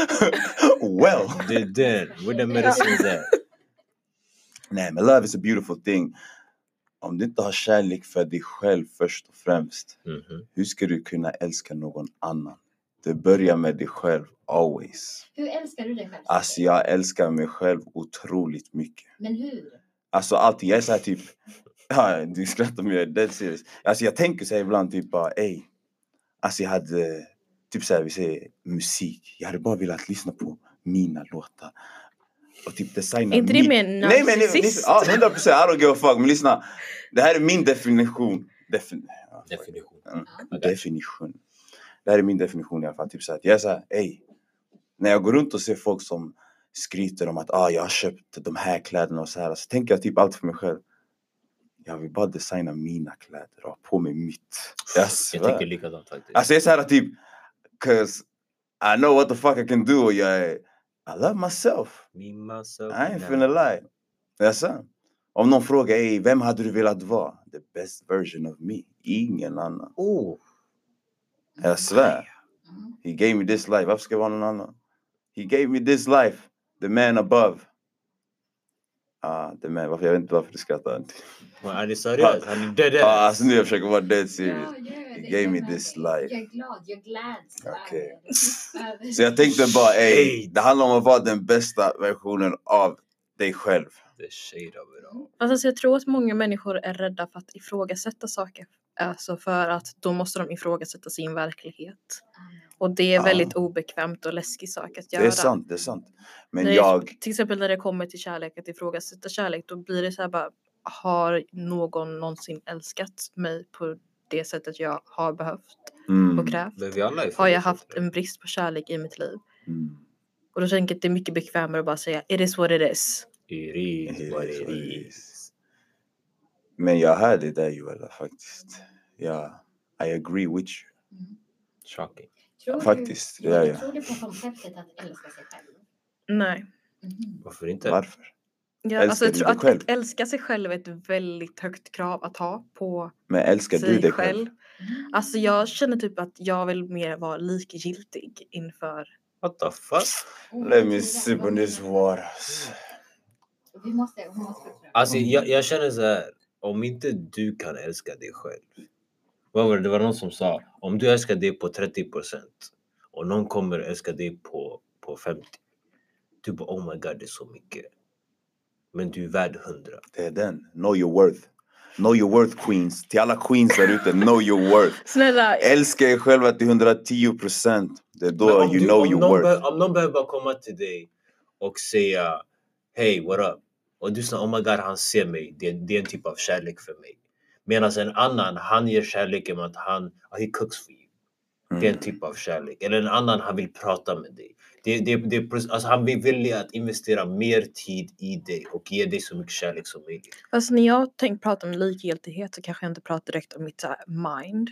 well. Det är den. Where the medicines at. Nej, men love is a beautiful thing. Om du inte har kärlek för dig själv först och främst, Mhm. hur ska du kunna älska någon annan? Det börjar med dig själv, always. Hur älskar du dig själv? Alltså jag älskar mig själv otroligt mycket. Men hur? Alltså alltid, jag är såhär typ, ja, du skrattar men jag är dead serious. Alltså jag tänker såhär ibland typ bara, ey. Alltså jag hade, typ såhär vi säger musik. Jag hade bara velat lyssna på mina låtar. Och typ designa Är inte min- det mer Nej men nej, narcissist? lyssna, ja, 100 procent, I don't give a fuck. Men lyssna, det här är min definition. Defin ja, Definition. Mm. I got you. definition. Det här är min definition i alla fall. Typ så att jag är så här, ey. När jag går runt och ser folk som skryter om att ah, jag har köpt de här kläderna och så här. Så tänker jag typ allt för mig själv. Jag vill bara designa mina kläder och ha på mig mitt. Jag Jag svär. tänker likadant faktiskt. Alltså jag är så här typ, 'cause I know what the fuck I can do. och Jag är, I love myself. Me, myself, I ain't and I. finna lie. Jaså? Om någon frågar ey, vem hade du velat vara? The best version of me. Ingen annan. Oh. Jag svär. Mm. He gave me this life. Varför ska jag vara någon annan? He gave me this life. The man above. Ah, the man. Varför, jag vet inte varför du skrattar. Men är ni seriös? Är ni dead Ah, ass? alltså nu jag försöker vara dead serious. Ja, gör det. He gave me Jag this med dig. life. Jag är glad, jag gläds Okej. över det. Så jag tänkte bara ey, Shit. det handlar om att vara den bästa versionen av dig själv. The shade of it all. Fast Alltså jag tror att många människor är rädda för att ifrågasätta saker. Alltså för att då måste de ifrågasätta sin verklighet. Och det är Ja. väldigt obekvämt och läskig sak att göra. Det är sant, det är sant. Men Nej. jag, Till exempel när det kommer till kärlek, att ifrågasätta kärlek, då blir det så här bara har någon någonsin älskat mig på det sättet jag har behövt mm, och krävt? Men vi alla är Har jag fulla, haft så- en brist på kärlek i mitt liv? mm, Och då tänker jag att det är mycket bekvämare att bara säga it is what it is. It is It what is it what it is. Men jag hör det där Joella faktiskt. Ja, I agree with you. Mm. Shocking. Tror faktiskt, Du, det gör ja, jag. Tror du på konceptet att älska sig själv? Nej. Mm-hmm. Mhm. Varför inte? Varför? Ja, Älskar alltså jag du tror dig att, själv? att älska sig själv är ett väldigt högt krav att ha på Men älskar du sig dig själv? själv. Alltså jag känner typ att jag vill mer vara likgiltig inför What the fuck? Oh, Let me jag sip tror on det. this water. Vi måste, vi måste förklara. Alltså Mm. jag, jag känner så här. Om inte du kan älska dig själv. Vad var det? Det var någon som sa. Om du älskar dig på 30 procent. Och någon kommer älska dig på, på 50. Du bara oh my god det är så mycket. Men du är värd 100. Det är den. Know your worth. Know your worth queens. Till alla queens där ute, know your worth. Snälla, Älska er själva till 110 procent. Det är Men då om you du- know om your någon worth. bör- Om någon behöver bara komma till dig och säga Hej, what up? Och du säger oh my god, han ser mig. Det, det är en typ av kärlek för mig. Medan en annan, han ger kärleken med att han, oh, he cooks for you. Det är en Mm. typ av kärlek. Eller en annan, han vill prata med dig. Det, det, det, är precis- alltså han vill vilja att investera mer tid i dig och ge dig så mycket kärlek som möjligt. Alltså när jag tänk, pratar om likgiltighet så kanske jag inte pratar direkt om mitt så här, mind.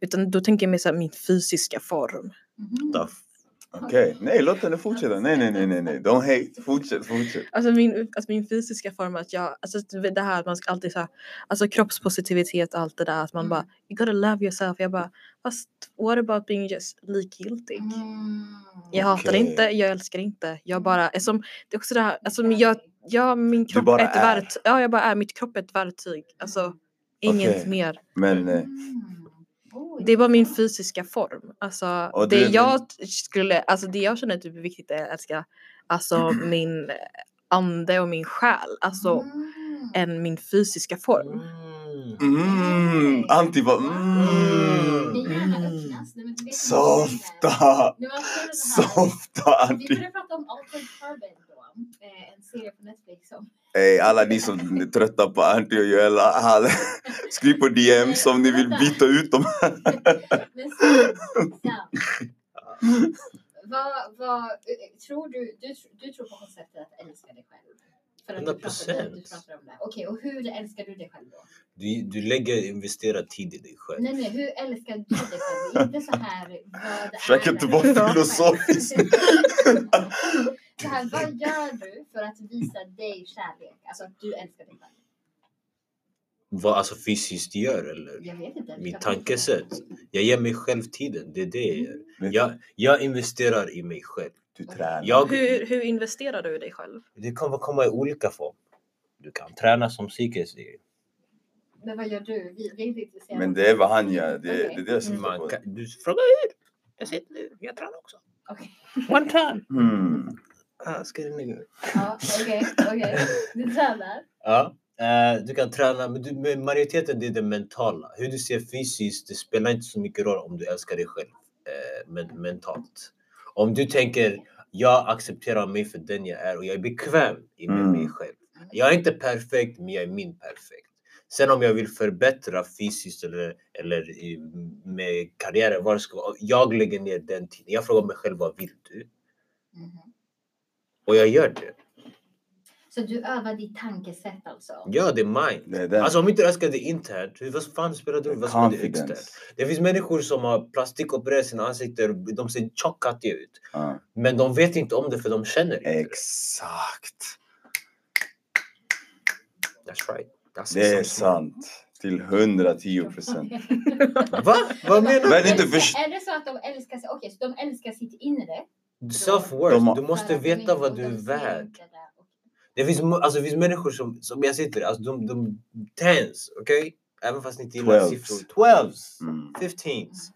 Utan då tänker jag mer så här, min fysiska form. Mhm. Mm-hmm. What the f- Okej, nej låt henne fortsätta. Nej, nej, nej, nej, nej. Don't hate. Fortsätt, fortsätt. Alltså min, alltså min fysiska form, att jag, alltså det här att man ska alltid så här, alltså kroppspositivitet allt det där att man Mm. bara you gotta love yourself. Jag bara fast what about being just likgiltig? Mm. Jag hatar Okej. inte, jag älskar inte. Jag bara, är som, det är också det här, alltså jag, jag min kropp Mm. bara är ett är. verktyg. Ja, jag bara är, mitt kropp är ett verktyg. Alltså inget Okej. mer. Men eh, Mm. Oj. Det är bara min fysiska form. Alltså, Och det, det- jag t- skulle, alltså, det jag känner typ är viktigt är att älska alltså, min eh, ande och min själ. Alltså, Mm. än min fysiska form. Mm. mm, anti bara Det är mm. gärna Mm. öppnas. Nej, men du vet inte vad det är. Softa! Nu, man ser den här- Softa Vi anti. borde prata om Altered Carbon då. Eh, En serie på Netflix som Ey, alla ni som är trötta på Antti och Joella, hall- skriv på DM som ni vill byta ut dem. Men Sam, Sam. Vad, vad, eh, tror du, du, tr- du tror på konceptet att älska dig själv? För att du pratar, 100%. du pratar om det. Okej, och hur älskar du dig själv då? Du, du lägger investerar tid i dig själv. Nej, nej, hur älskar du dig själv? Inte så här, vad är Försök inte vara det? filosofisk. så här, vad gör du för att visa dig kärlek? Alltså att du älskar dig själv. Vad alltså fysiskt gör eller? Jag vet inte. Mitt tankesätt. Jag ger mig själv tiden. Det är det Mm. jag gör. Men Jag, jag investerar i mig själv. Du tränar. Jag, Hur, hur investerar du i dig själv? det kommer komma i olika form. Du kan träna som psykisk. Men vad gör du? Vi vi är inte intresserade. Men det är vad han gör. Det, Okej. det är det jag syftar Man på. kan, du frågar hur? Jag sitter nu. Jag tränar också. Okej. One time. Mm. Ah, ska det nu? Ja, okej, okej. Du tränar. Ja, eh, du kan träna, men, du, men majoriteten det är det mentala. Hur du ser fysiskt, det spelar inte så mycket roll om du älskar dig själv eh, men, mentalt. Om du tänker, jag accepterar mig för den jag är och jag är bekväm i med Mm. mig själv. Jag är inte perfekt, men jag är min perfekt. Sen om jag vill förbättra fysiskt eller, eller i, med karriären, vad det ska vara. Jag lägger ner den tiden. Jag frågar mig själv, vad vill du? Mhm. Och jag gör det. Så du övar ditt tankesätt alltså? Ja, det är mind. Det är den. Alltså om inte du älskar det internt, hur- vad fan spelar det roll vad som händer externt? Confidence. Det finns människor som har plastikopererat sina ansikten, och de ser tjockattiga ut. Ja. Men de vet inte om det för de känner inte det. Exakt. That's right. That's Det är some sant. Till 110 procent. smart. Va? Vad menar Men inte Älskar- först- Är det så att de älskar sig? Okej, så de älskar sitt inre? du? De Self-worth. har- Du för måste att de inte- veta och vad du de är ser värd. inte det. Det finns, mo- alltså, det finns människor som, som jag sitter, alltså de, de tens, okej? Även fast ni inte gillar Twelves. siffror. Twelves! Mm. 15s.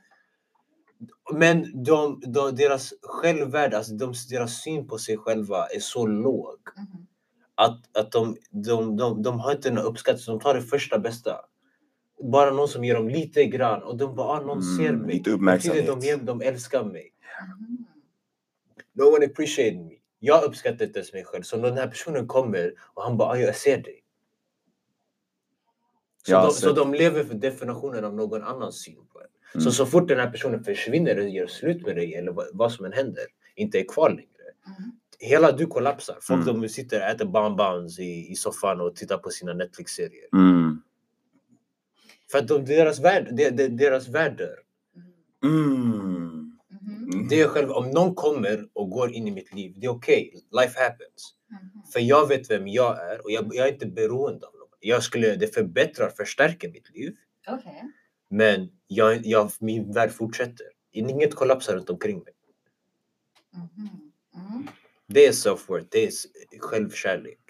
Men de, de, deras självvärde, alltså de, deras syn på sig själva är så låg Mhm. att, att de, de, de, de har inte någon uppskattning, så de tar det första bästa. Bara någon som ger dem lite grann och de bara ah, någon Mm, ser mig. lite Det betyder uppmärksamhet. De, ger- de älskar mig. Mhm. No one appreciated me. Jag uppskattar inte ens mig själv. Så när den här personen kommer och han bara ah, jag ser dig. Så, Jag har de, sett- så de lever för definitionen av någon annans syn på en. Mm. Så så fort den här personen försvinner och gör slut med dig eller vad, vad som än händer, inte är kvar längre. Mhm. Hela du kollapsar. Folk Mm. de sitter och äter bonbons i, i soffan och tittar på sina Netflix-serier. Mm. För att de, deras, värld, de, de, deras världar, Mhm. Mm. Mhm. det är själv, om någon kommer och går in i mitt liv, det är okej. Life happens. Mhm. För jag vet vem jag är och jag, jag är inte beroende av någon. Jag skulle, det förbättrar, förstärker mitt liv. Okej. Men jag, jag, min värld fortsätter. Inget kollapsar runt omkring mig. Mhm. Mm. Det är self-worth, det är s- självkärlek.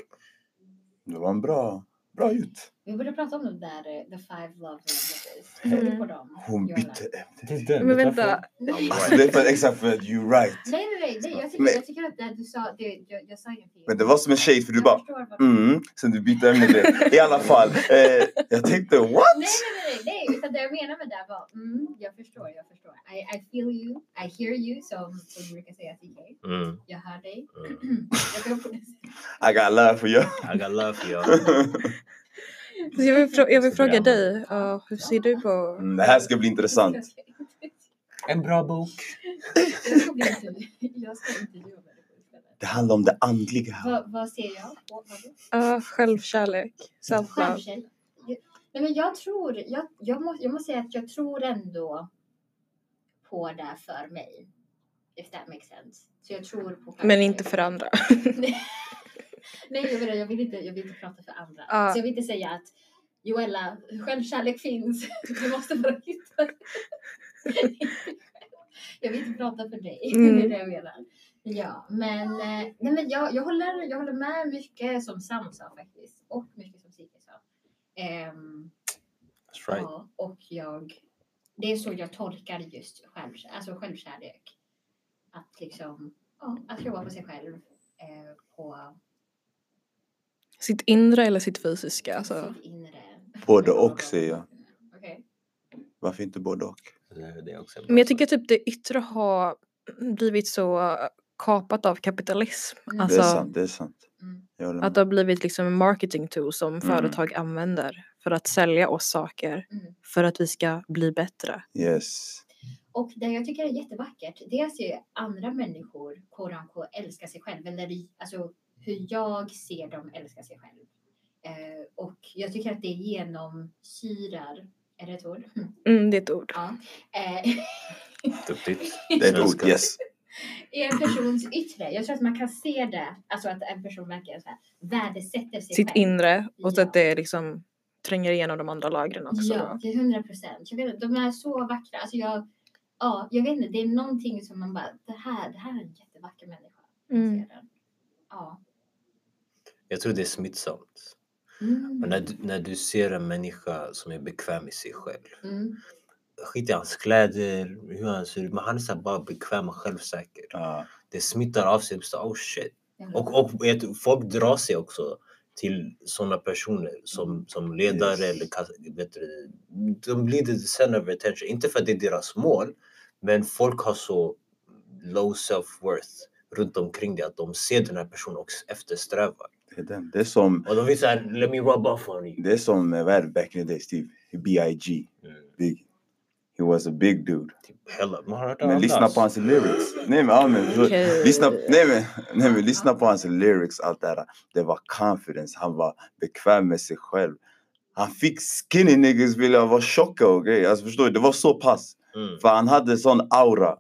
Det var en bra, bra ut. Vi borde prata om de där eh, The Five Love Languages. Mm. Tänker du på dem? Hon Johanna? bytte ämne. Men vänta, Nej, Alltså Mm, det är för exakt för att you're right. nej, nej. nej jag, tycker, Men- jag tycker att det du sa, det, jag, jag sa ingenting. Men det var som en shade för du Jag bara förstår vad- mm, sen du bytte ämne direkt. I alla fall, eh, jag tänkte what? Nej, nej, nej, nej, nej, utan det jag menar med det var, mm, jag förstår, jag förstår. I, I feel you, I hear you, som, som vi brukar säga till dig. Mm, Jag hör dig. mm. Jag går på det sättet. I got love for you. I got love for you. Jag vill, frå- jag vill fråga Programmet. dig, ja, hur ser du på... Mm, det här ska bli intressant. En bra bok. Jag ska bli intervju- Jag ska intervjua människor istället. Det handlar om det andliga. Vad, vad ser jag på? Vad då? Ja, självkärlek, self-love. Självkänsla. Nej, men jag tror, jag, jag, måste, jag måste säga att jag tror ändå på det för mig. If that makes sense. Så jag tror på Men inte självkänsla. för andra. Nej, jag vill, jag, vill inte, jag vill inte prata för andra. Ja. Så jag vill inte säga att Joella, självkärlek finns. Du måste bara hitta Jag vill inte prata för dig. Det Mm. är det jag menar. Ja, men, eh, nej, men jag, jag, håller, jag håller med mycket som Sam sa faktiskt. Och mycket som Sigge sa. Ehm, That's right. ja, och jag, det är så jag tolkar just själv, alltså självkärlek. Att liksom, ja, att jobba på sig själv. Eh, på Sitt inre eller sitt fysiska. Alltså. sitt inre. Både och säger jag. Okej. Varför inte både och? Det är också en bra Men jag tycker bok. typ det yttre har blivit så kapat av kapitalism. Mm. Det är Alltså sant, det är sant. Mm. Jag håller att med. det har blivit liksom en marketing tool Mm. som företag använder för att sälja oss saker Mm. för att vi ska bli bättre. Yes. Och det jag tycker är jättevackert, det är att se andra människor quote unquote, älska sig själv eller alltså, hur jag ser dem älska sig själv. Eh, och jag tycker att det genomsyrar, är det ett ord? Mm, det är ett ord. Ja. Eh, Duktigt. Det är ett ord, Svenska. yes. I en persons yttre. Jag tror att man kan se det, alltså att en person verkligen så här, värdesätter sig Sitt själv. inre och så Ja. att det liksom tränger igenom de andra lagren också. Ja, då. till hundra procent. De är så vackra. Alltså jag, ja, jag vet inte, det är någonting som man bara, det här, det här är en jättevacker människa. Mm. Ser den. Ja. Jag tror det är smittsamt. Mm. Men när, du, när du ser en människa som är bekväm i sig själv. Mm. Skit i hans kläder, hur han ser ut. Men han är så här bara bekväm och självsäker. Ja, Det smittar av sig. Så, oh shit. Mm. Och, och jag tror folk drar sig också till sådana personer som, som ledare Yes. eller kas- vet du, de blir the center of attention. Inte för att det är deras mål, men folk har så low self-worth runt omkring det att de ser den här personen och eftersträvar. det är den. Det är som, Och de vill såhär, let me rub off on you. det är som eh, vad är det, back in the day, Steve? B.I.G. Mm. Big. He was a big dude. Typ, hella, man har hört Men lyssna på hans lyrics. Nej men, ja, men så- Okej. lyssna, nej, men, nej men lyssna på hans lyrics, allt det där. Det var confidence, han var bekväm med sig själv. Han fick skinny niggas vilja vara tjocka och grejer. Alltså förstår du, det var så pass. Mm. För han hade sån aura.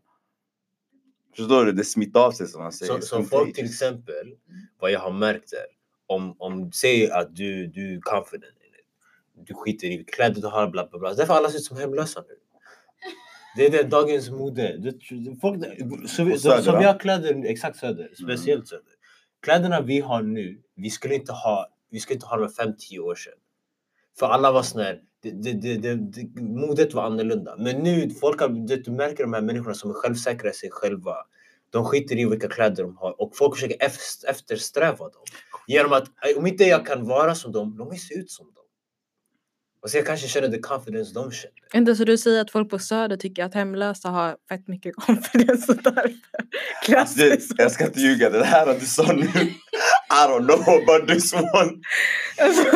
Förstår du? Det smittade av sig som man säger. Så, It's så folk till contagious. exempel, Mm. vad jag har märkt är, om, om säg att du, du är confident, in it, du skiter i kläder du har, bla bla bla. Därför alla ser ut som hemlösa nu. Det är det dagens mode. Det- Folk, så, vi- Och söder, som va? vi har kläder nu, exakt söder, speciellt söder. Kläderna vi har nu, vi skulle inte ha, vi skulle inte ha dem för 5-10 år sedan. För alla var såna här, det, det, det, det, det, modet var annorlunda. Men nu, folk har, du, du märker de här människorna som är självsäkra i sig själva. De skiter i vilka kläder de har och folk försöker ef- eftersträva dem. Genom att "Ej, om inte jag kan vara som dem, de vill se ut som dem. Och så jag kanske känner the confidence de känner. Inte så du säger att folk på söder tycker att hemlösa har fett mycket confidence och därför Alltså, det, klassiskt. jag ska inte ljuga, det här att du sa nu. I don't know about this one. Alltså-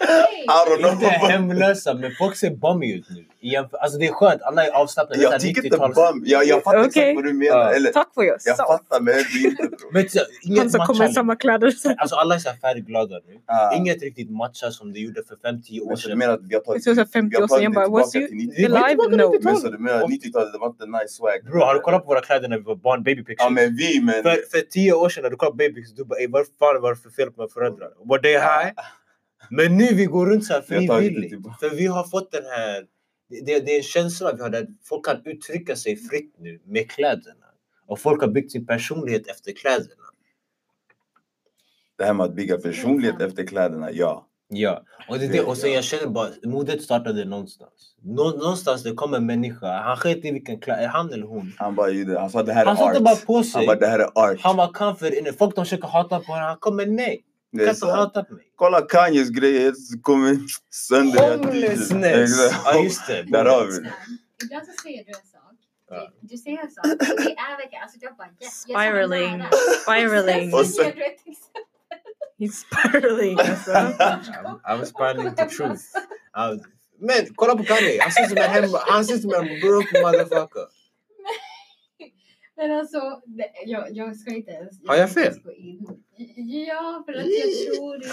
Hej! I don't know Inte about hemlösa, men folk ser bummy ut nu. i jämför- Alltså det är skönt, alla är avslappnade. Jag Det är tycker inte 90-tals- bum. Jag, jag fattar Okej. exakt vad du menar. Ja. Eller, Tack för oss. jag fattar men jag blir inte bror. Men så, Han inget som kommer i matchar. nu. samma kläder. som- Alltså alla är så här färgglada nu. Ah. Inget riktigt matchar som det gjorde för 5-10 år Men så du sedan. menar att vi har Det tagit såg ut som 50 år sedan. Jag bara, what's you Vi går you alive? tillbaka No. Men till 90-talet. så du menar 90-talet, det var inte nice swag? Bro, har du kollat på våra kläder när vi var barn? Baby pictures. Ja men vi men... För, för tio år sedan när du kollade på Babyx, du bara "Ey, vad fan var det för fel på mina föräldrar? Var det här? Men nu vi går runt så här Vi har tagit det frivilligt. tillbaka. För vi har fått den här... det- Det, det är en känsla vi har där folk kan uttrycka sig fritt nu med kläderna. Och folk har byggt sin personlighet efter kläderna. Det här med att bygga personlighet efter kläderna, ja. Ja, och det är det. Och sen jag känner bara, modet startade någonstans. Nå, någonstans det kom en människa, han sket i vilken kläder, han eller hon. Han bara gjorde, han sa det här Han är satte bara art. på Han sig. bara det här är art. Han var comfort inne. Folk de försöker hata på honom, han kommer nej. Det Du är kan inte sant. hata på mig. Kolla Kanyes grejer, så kommer sönder hela tiden. Homelessness! Exakt. Ja just det. Där har vi det. Ibland så säger du en sak. Typ, Ja. Du, du säger en sak. och Det är verkligen, alltså jag bara yes, jag är så Spiraling. nära. Spiraling. Och Sen sen- ger du ett exempel. He's spiraling alltså. I'm, I'm spiraling to truth. I'm, men kolla på Kanye, han ser ut som en hem- han ser ut som en broke motherfucker. Men alltså, det- jag, jag ska inte ens... Har jag ska inte fel? ens gå in. Ja, för att jag tror inte...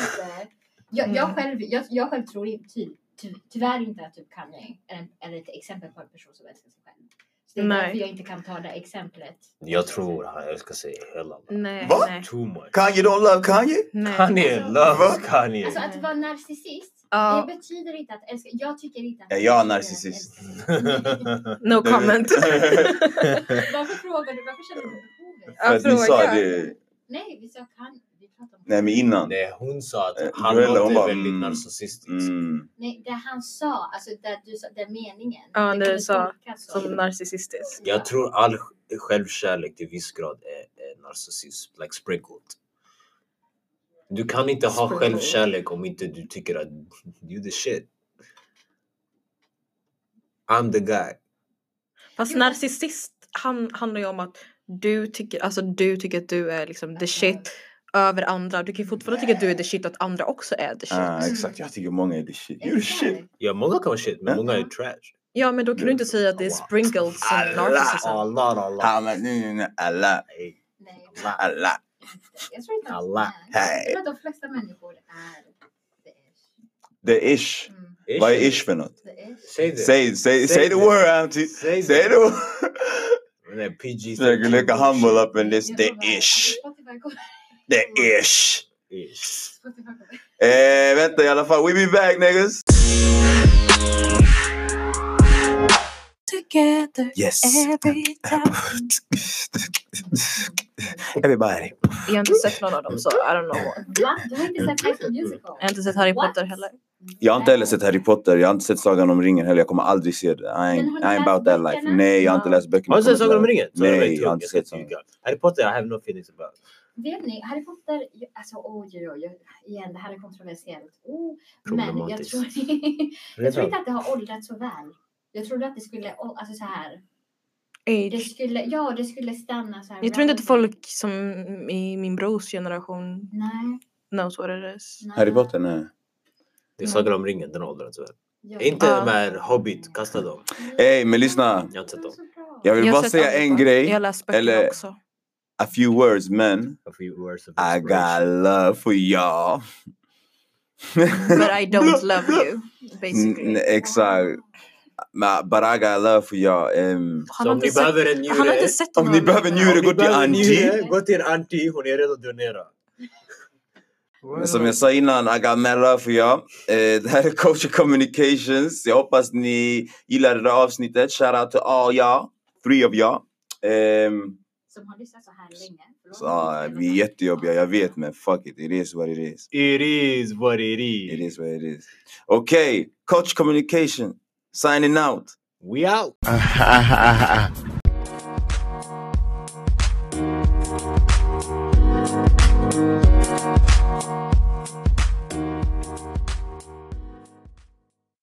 Jag, jag, Mm. själv, jag, jag själv tror inte, ty, ty, tyvärr inte att typ Kanye är, en, är ett exempel på en person som älskar sig själv. Så det är Nej. därför jag inte kan ta det exemplet. Jag tror han älskar sig hela Nej, Va? nej, Too much. Kanye don't love Kanye? nej. Kanye loves Alltså Kanye. att vara narcissist, Ja, det betyder inte att älska... Jag tycker inte att... Ja, jag är älskar- narcissist. no comment. Varför frågar du? Varför känner du behovet? För att ni sa det. Nej, vi sa kan... Vi pratar om... Nej men innan. Nej, hon sa Eh, att han Joella, hon låter bara, väldigt mm, narcissistisk. Mm. Nej, det han sa, alltså det du sa, den meningen. Ja, det kan du sa, tolkas så. Som narcissistisk. Jag tror all sj- självkärlek till viss grad är, är narcissism, like sprinkled. Du kan inte ha Sprinkled. självkärlek om inte du tycker att you the shit. I'm the guy. Fast Jo. narcissist han, handlar ju om att du tycker, alltså, du tycker att du är liksom the shit över andra. Du kan ju fortfarande tycka att du är the shit och att andra också är the shit. Ah, exakt, jag tycker många är the shit. You the shit. Exakt. Ja, många kan vara shit, men Ja. många är trash. Ja men då kan du inte säga att det är Wow. sprinkled som Alla. narcissism. Allah, Allah. Han bara, nej nej nej, alla, Hey, Nej. Allah. alla. Jag tror inte att Alla. Nej. Hej. Jag tror att de flesta människor är the ish. Det är ish. Mm, Vad är ish för något? the ish. Säg det. Säg, säg, Säg säg the det. word auntie. Säg Säg the det. word. Den där PG. Försöker leka humble up in this. Jag Det lovar, är ish. alltså, Spotify kommer- Det är ish. Ish. Spotify kommer- Eh, vänta i alla fall. We be back niggas. Together Yes. Eh. every time. Everybody. Jag har inte sett någon av dem så I don't know. Va? Du har inte sett High School Musical? Jag har inte sett Harry What? Potter heller. Jag har inte heller sett Harry Potter. Jag har inte sett Sagan om ringen heller. Jag kommer aldrig se det. I Men ain't, har I ni ain't läst about that life. böckerna? Nej, jag har inte läst böckerna. Har du sett Kommer Sagan om inte ringen? Så Nej, det var ju jag har tungt. inte ska sett Sagan om ljuga. Harry Potter, I have no feelings about. Vet ni, Harry Potter, ju- alltså oj oj oj, igen det här är kontroversiellt. Oh, men jag Problematiskt. tror, jag tror inte att det har åldrats så väl. Jag trodde att det skulle, å- alltså så här, det Age. skulle, ja det skulle stanna så här. Jag tror inte att relevant. folk som i min brors generation Nej, knows what it is. nej. Harry Potter? Nej. Det är Sagan om ringen, den alltså. har åldrats väl? Ja. Inte Um, Ja. de här Hobbit, kasta dem. Ey, men lyssna. Jag har inte sett Det var dem. så bra. Jag vill har bara sett säga allihopa. en grej. Jag har läst böckerna eller- också. A few words, men A few words of I got inspiration. love for y'all. But I don't love you. N- Basically. Exakt. Men- But I got love for y'all. Ehm, Han Så har om inte ni sett, behöver en han har njure, inte sett om någon ni av behöver dem. njure, om gå till ni behöver en auntie. njure, gå till en auntie, hon är redo att donera. Men som jag sa innan, I got mad love for y'all. Eh, det här är Coacher Communications. Jag hoppas ni gillade det här avsnittet. Shout out to all y'all. Three of y'all. Ehm, Som har lyssnat så här länge. Förlåt. så, ah, vi är jättejobbiga, jag vet men fuck it. It is what it is. It is what it It is. is what it is. Okej, okay. Coach Communication. Signing out. We out. Ah, ah, ah, ah, ah.